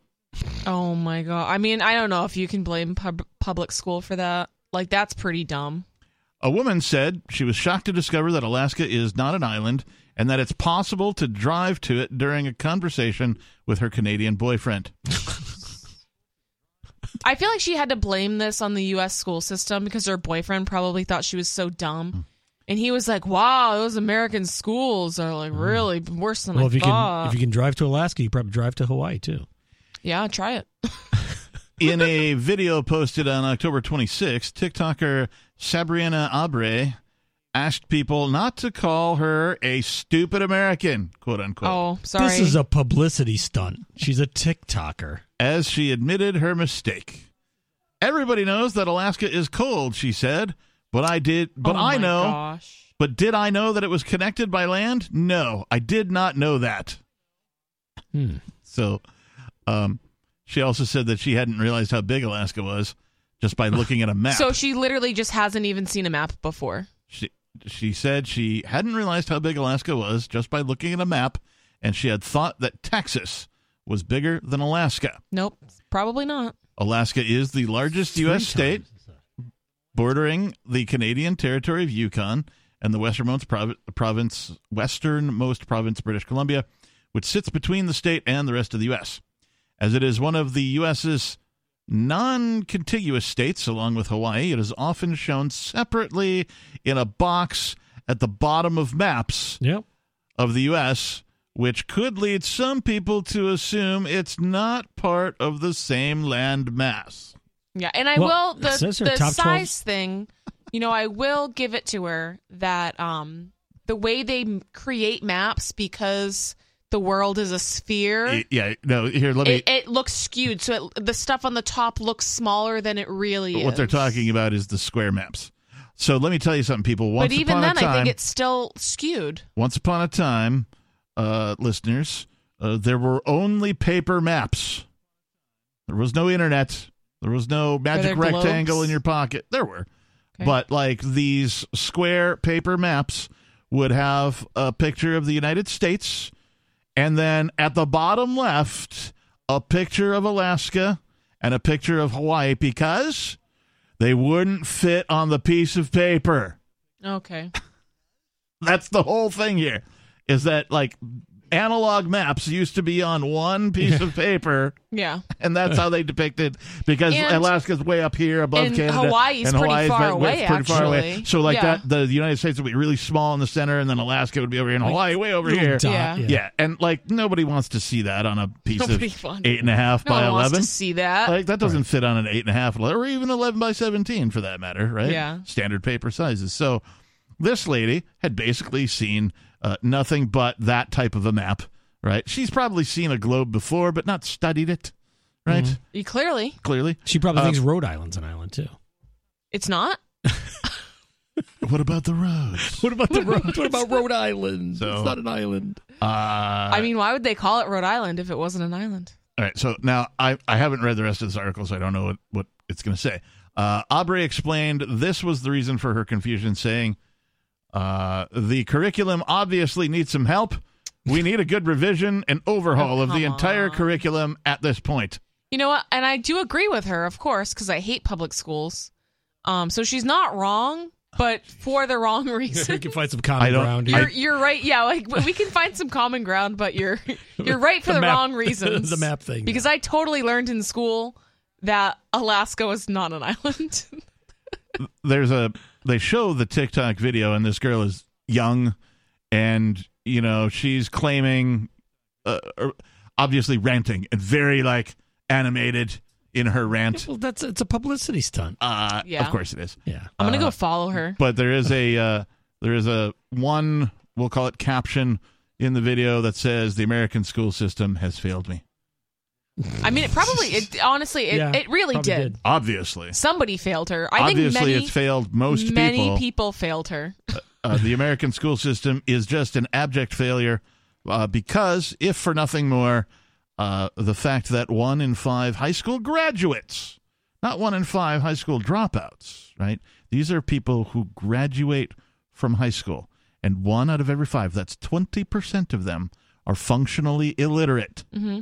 [SPEAKER 3] Oh my god. I mean, I don't know if you can blame pub- public school for that. Like that's pretty dumb.
[SPEAKER 2] A woman said she was shocked to discover that Alaska is not an island and that it's possible to drive to it during a conversation with her Canadian boyfriend.
[SPEAKER 3] I feel like she had to blame this on the US school system because her boyfriend probably thought she was so
[SPEAKER 4] Hmm.
[SPEAKER 3] dumb. And he was like, "Wow, those American schools are like really worse than
[SPEAKER 4] Hmm. Well,
[SPEAKER 3] I
[SPEAKER 4] if you
[SPEAKER 3] thought."
[SPEAKER 4] can if you can drive to Alaska, you probably drive to Hawaii too.
[SPEAKER 3] yeah, try it.
[SPEAKER 2] In a video posted on October 26, TikToker Sabrina Abre asked people not to call her a stupid American, quote unquote,
[SPEAKER 3] Oh, sorry.
[SPEAKER 7] This is a publicity stunt. She's a TikToker.
[SPEAKER 2] as she admitted her mistake. Everybody knows that Alaska is cold, she said, but I did, but
[SPEAKER 3] Oh
[SPEAKER 2] I
[SPEAKER 3] my
[SPEAKER 2] know,
[SPEAKER 3] Gosh.
[SPEAKER 2] but did I know that it was connected by land? No, I did not know that.
[SPEAKER 7] Hmm.
[SPEAKER 2] So, um, she also said that she hadn't realized how big Alaska was just by looking at a map.
[SPEAKER 3] So she literally just hasn't even seen a map before.
[SPEAKER 2] She she said she hadn't realized how big Alaska was just by looking at a map, and she had thought that Texas was bigger than Alaska.
[SPEAKER 3] Nope, probably not.
[SPEAKER 2] Alaska is the largest
[SPEAKER 7] Three
[SPEAKER 2] U.S.
[SPEAKER 7] times.
[SPEAKER 2] state, bordering the Canadian territory of Yukon and the westernmost prov- province, westernmost province, British Columbia, which sits between the state and the rest of the U.S. As it is one of the U.S.'s non-contiguous states, along with Hawaii, it is often shown separately in a box at the bottom of maps
[SPEAKER 4] Yep.
[SPEAKER 2] of the U.S., which could lead some people to assume it's not part of the same land mass.
[SPEAKER 3] Yeah, and I
[SPEAKER 4] Well,
[SPEAKER 3] will the,
[SPEAKER 4] it says here
[SPEAKER 3] the
[SPEAKER 4] top 12
[SPEAKER 3] size thing. You know, I will give it to her that um the way they m- create maps because the world is a sphere.
[SPEAKER 2] Y-
[SPEAKER 3] It,
[SPEAKER 2] Yeah, no, here, let me.
[SPEAKER 3] it, looks skewed, so it, the stuff on the top looks smaller than it really is.
[SPEAKER 2] what they're talking about is the square maps. So let me tell you something, people. Once
[SPEAKER 3] But even
[SPEAKER 2] upon
[SPEAKER 3] then,
[SPEAKER 2] a time,
[SPEAKER 3] I think it's still skewed.
[SPEAKER 2] once upon a time, uh, listeners, uh, there were only paper maps. There was no internet. There was no magic
[SPEAKER 3] there globes?
[SPEAKER 2] rectangle in your pocket. There were,
[SPEAKER 3] Okay.
[SPEAKER 2] but like these square paper maps would have a picture of the United States, and then at the bottom left, a picture of Alaska and a picture of Hawaii because they wouldn't fit on the piece of paper
[SPEAKER 3] Okay.
[SPEAKER 2] that's the whole thing here is that like analog maps used to be on one piece of paper
[SPEAKER 3] Yeah.
[SPEAKER 2] and that's how they depicted because
[SPEAKER 3] And-
[SPEAKER 2] alaska's way up here above
[SPEAKER 3] and
[SPEAKER 2] canada
[SPEAKER 3] Hawaii's
[SPEAKER 2] way-
[SPEAKER 3] pretty far
[SPEAKER 2] way-
[SPEAKER 3] away,
[SPEAKER 2] pretty far away
[SPEAKER 3] actually.
[SPEAKER 2] so like
[SPEAKER 3] Yeah.
[SPEAKER 2] that the, the united states would be really small in the center and then alaska would be over here and hawaii way over
[SPEAKER 7] Little
[SPEAKER 2] here
[SPEAKER 7] dot,
[SPEAKER 3] Yeah.
[SPEAKER 2] yeah. and like nobody wants to see that on a piece
[SPEAKER 3] Nobody
[SPEAKER 2] of
[SPEAKER 3] wants-
[SPEAKER 2] eight and a half
[SPEAKER 3] No
[SPEAKER 2] by
[SPEAKER 3] one wants
[SPEAKER 2] eleven
[SPEAKER 3] to see that.
[SPEAKER 2] like that doesn't fit on an eight and a half or even eleven by seventeen for that matter, right?
[SPEAKER 3] Yeah.
[SPEAKER 2] standard paper sizes. So this lady had basically seen uh, nothing but that type of a map, right? She's probably seen a globe before, but not studied it, right?
[SPEAKER 3] You- Clearly,
[SPEAKER 2] Clearly.
[SPEAKER 4] She probably
[SPEAKER 2] Uh,
[SPEAKER 4] thinks Rhode Island's an island too.
[SPEAKER 3] it's not.
[SPEAKER 2] What about the roads?
[SPEAKER 7] What about the road? What about Rhode Island?
[SPEAKER 2] So-
[SPEAKER 7] it's not an island.
[SPEAKER 2] Uh,
[SPEAKER 3] I mean, why would they call it Rhode Island if it wasn't an island?
[SPEAKER 2] All right. So now I, I haven't read the rest of this article, so I don't know what, what it's going to say. Uh, Aubrey explained this was the reason for her confusion, saying, uh, The curriculum obviously needs some help. We need a good revision and overhaul
[SPEAKER 3] Oh,
[SPEAKER 2] of the
[SPEAKER 3] come
[SPEAKER 2] entire
[SPEAKER 3] on.
[SPEAKER 2] curriculum at this point.
[SPEAKER 3] You know what? And I do agree with her, of course, because I hate public schools. Um, so she's not wrong, but for the wrong
[SPEAKER 7] we
[SPEAKER 3] reason.
[SPEAKER 7] can find some
[SPEAKER 2] I
[SPEAKER 7] common
[SPEAKER 2] don't-
[SPEAKER 7] ground
[SPEAKER 2] I-
[SPEAKER 7] here.
[SPEAKER 3] You're, you're right. Yeah, like we can find some common ground, but you're you're right for the,
[SPEAKER 7] map-
[SPEAKER 3] wrong reasons.
[SPEAKER 7] the map thing.
[SPEAKER 3] Because I totally learned in school that Alaska was not an island.
[SPEAKER 2] There's a, they show the TikTok video, and this girl is young, and, you know, she's claiming, uh, er, obviously ranting and very like animated. in her rant.
[SPEAKER 7] Well, that's it's a publicity stunt.
[SPEAKER 2] Uh,
[SPEAKER 3] Yeah.
[SPEAKER 2] Of course it is.
[SPEAKER 7] Yeah.
[SPEAKER 3] I'm
[SPEAKER 2] Uh,
[SPEAKER 3] gonna go follow her.
[SPEAKER 2] But there is a uh, there is a one we'll call it caption in the video that says the American school system has failed me.
[SPEAKER 3] I mean, it probably, it honestly, it,
[SPEAKER 4] Yeah,
[SPEAKER 3] it really
[SPEAKER 4] probably
[SPEAKER 3] did.
[SPEAKER 2] Obviously,
[SPEAKER 3] Somebody failed her. I
[SPEAKER 2] obviously
[SPEAKER 3] think many,
[SPEAKER 2] it's failed most
[SPEAKER 3] many
[SPEAKER 2] people.
[SPEAKER 3] failed her.
[SPEAKER 2] Uh, the American school system is just an abject failure uh, because, if for nothing more, uh, the fact that one in five high school graduates, not one in five high school dropouts, right? These are people who graduate from high school, and one out of every five, that's 20% of them, are functionally illiterate.
[SPEAKER 3] hmm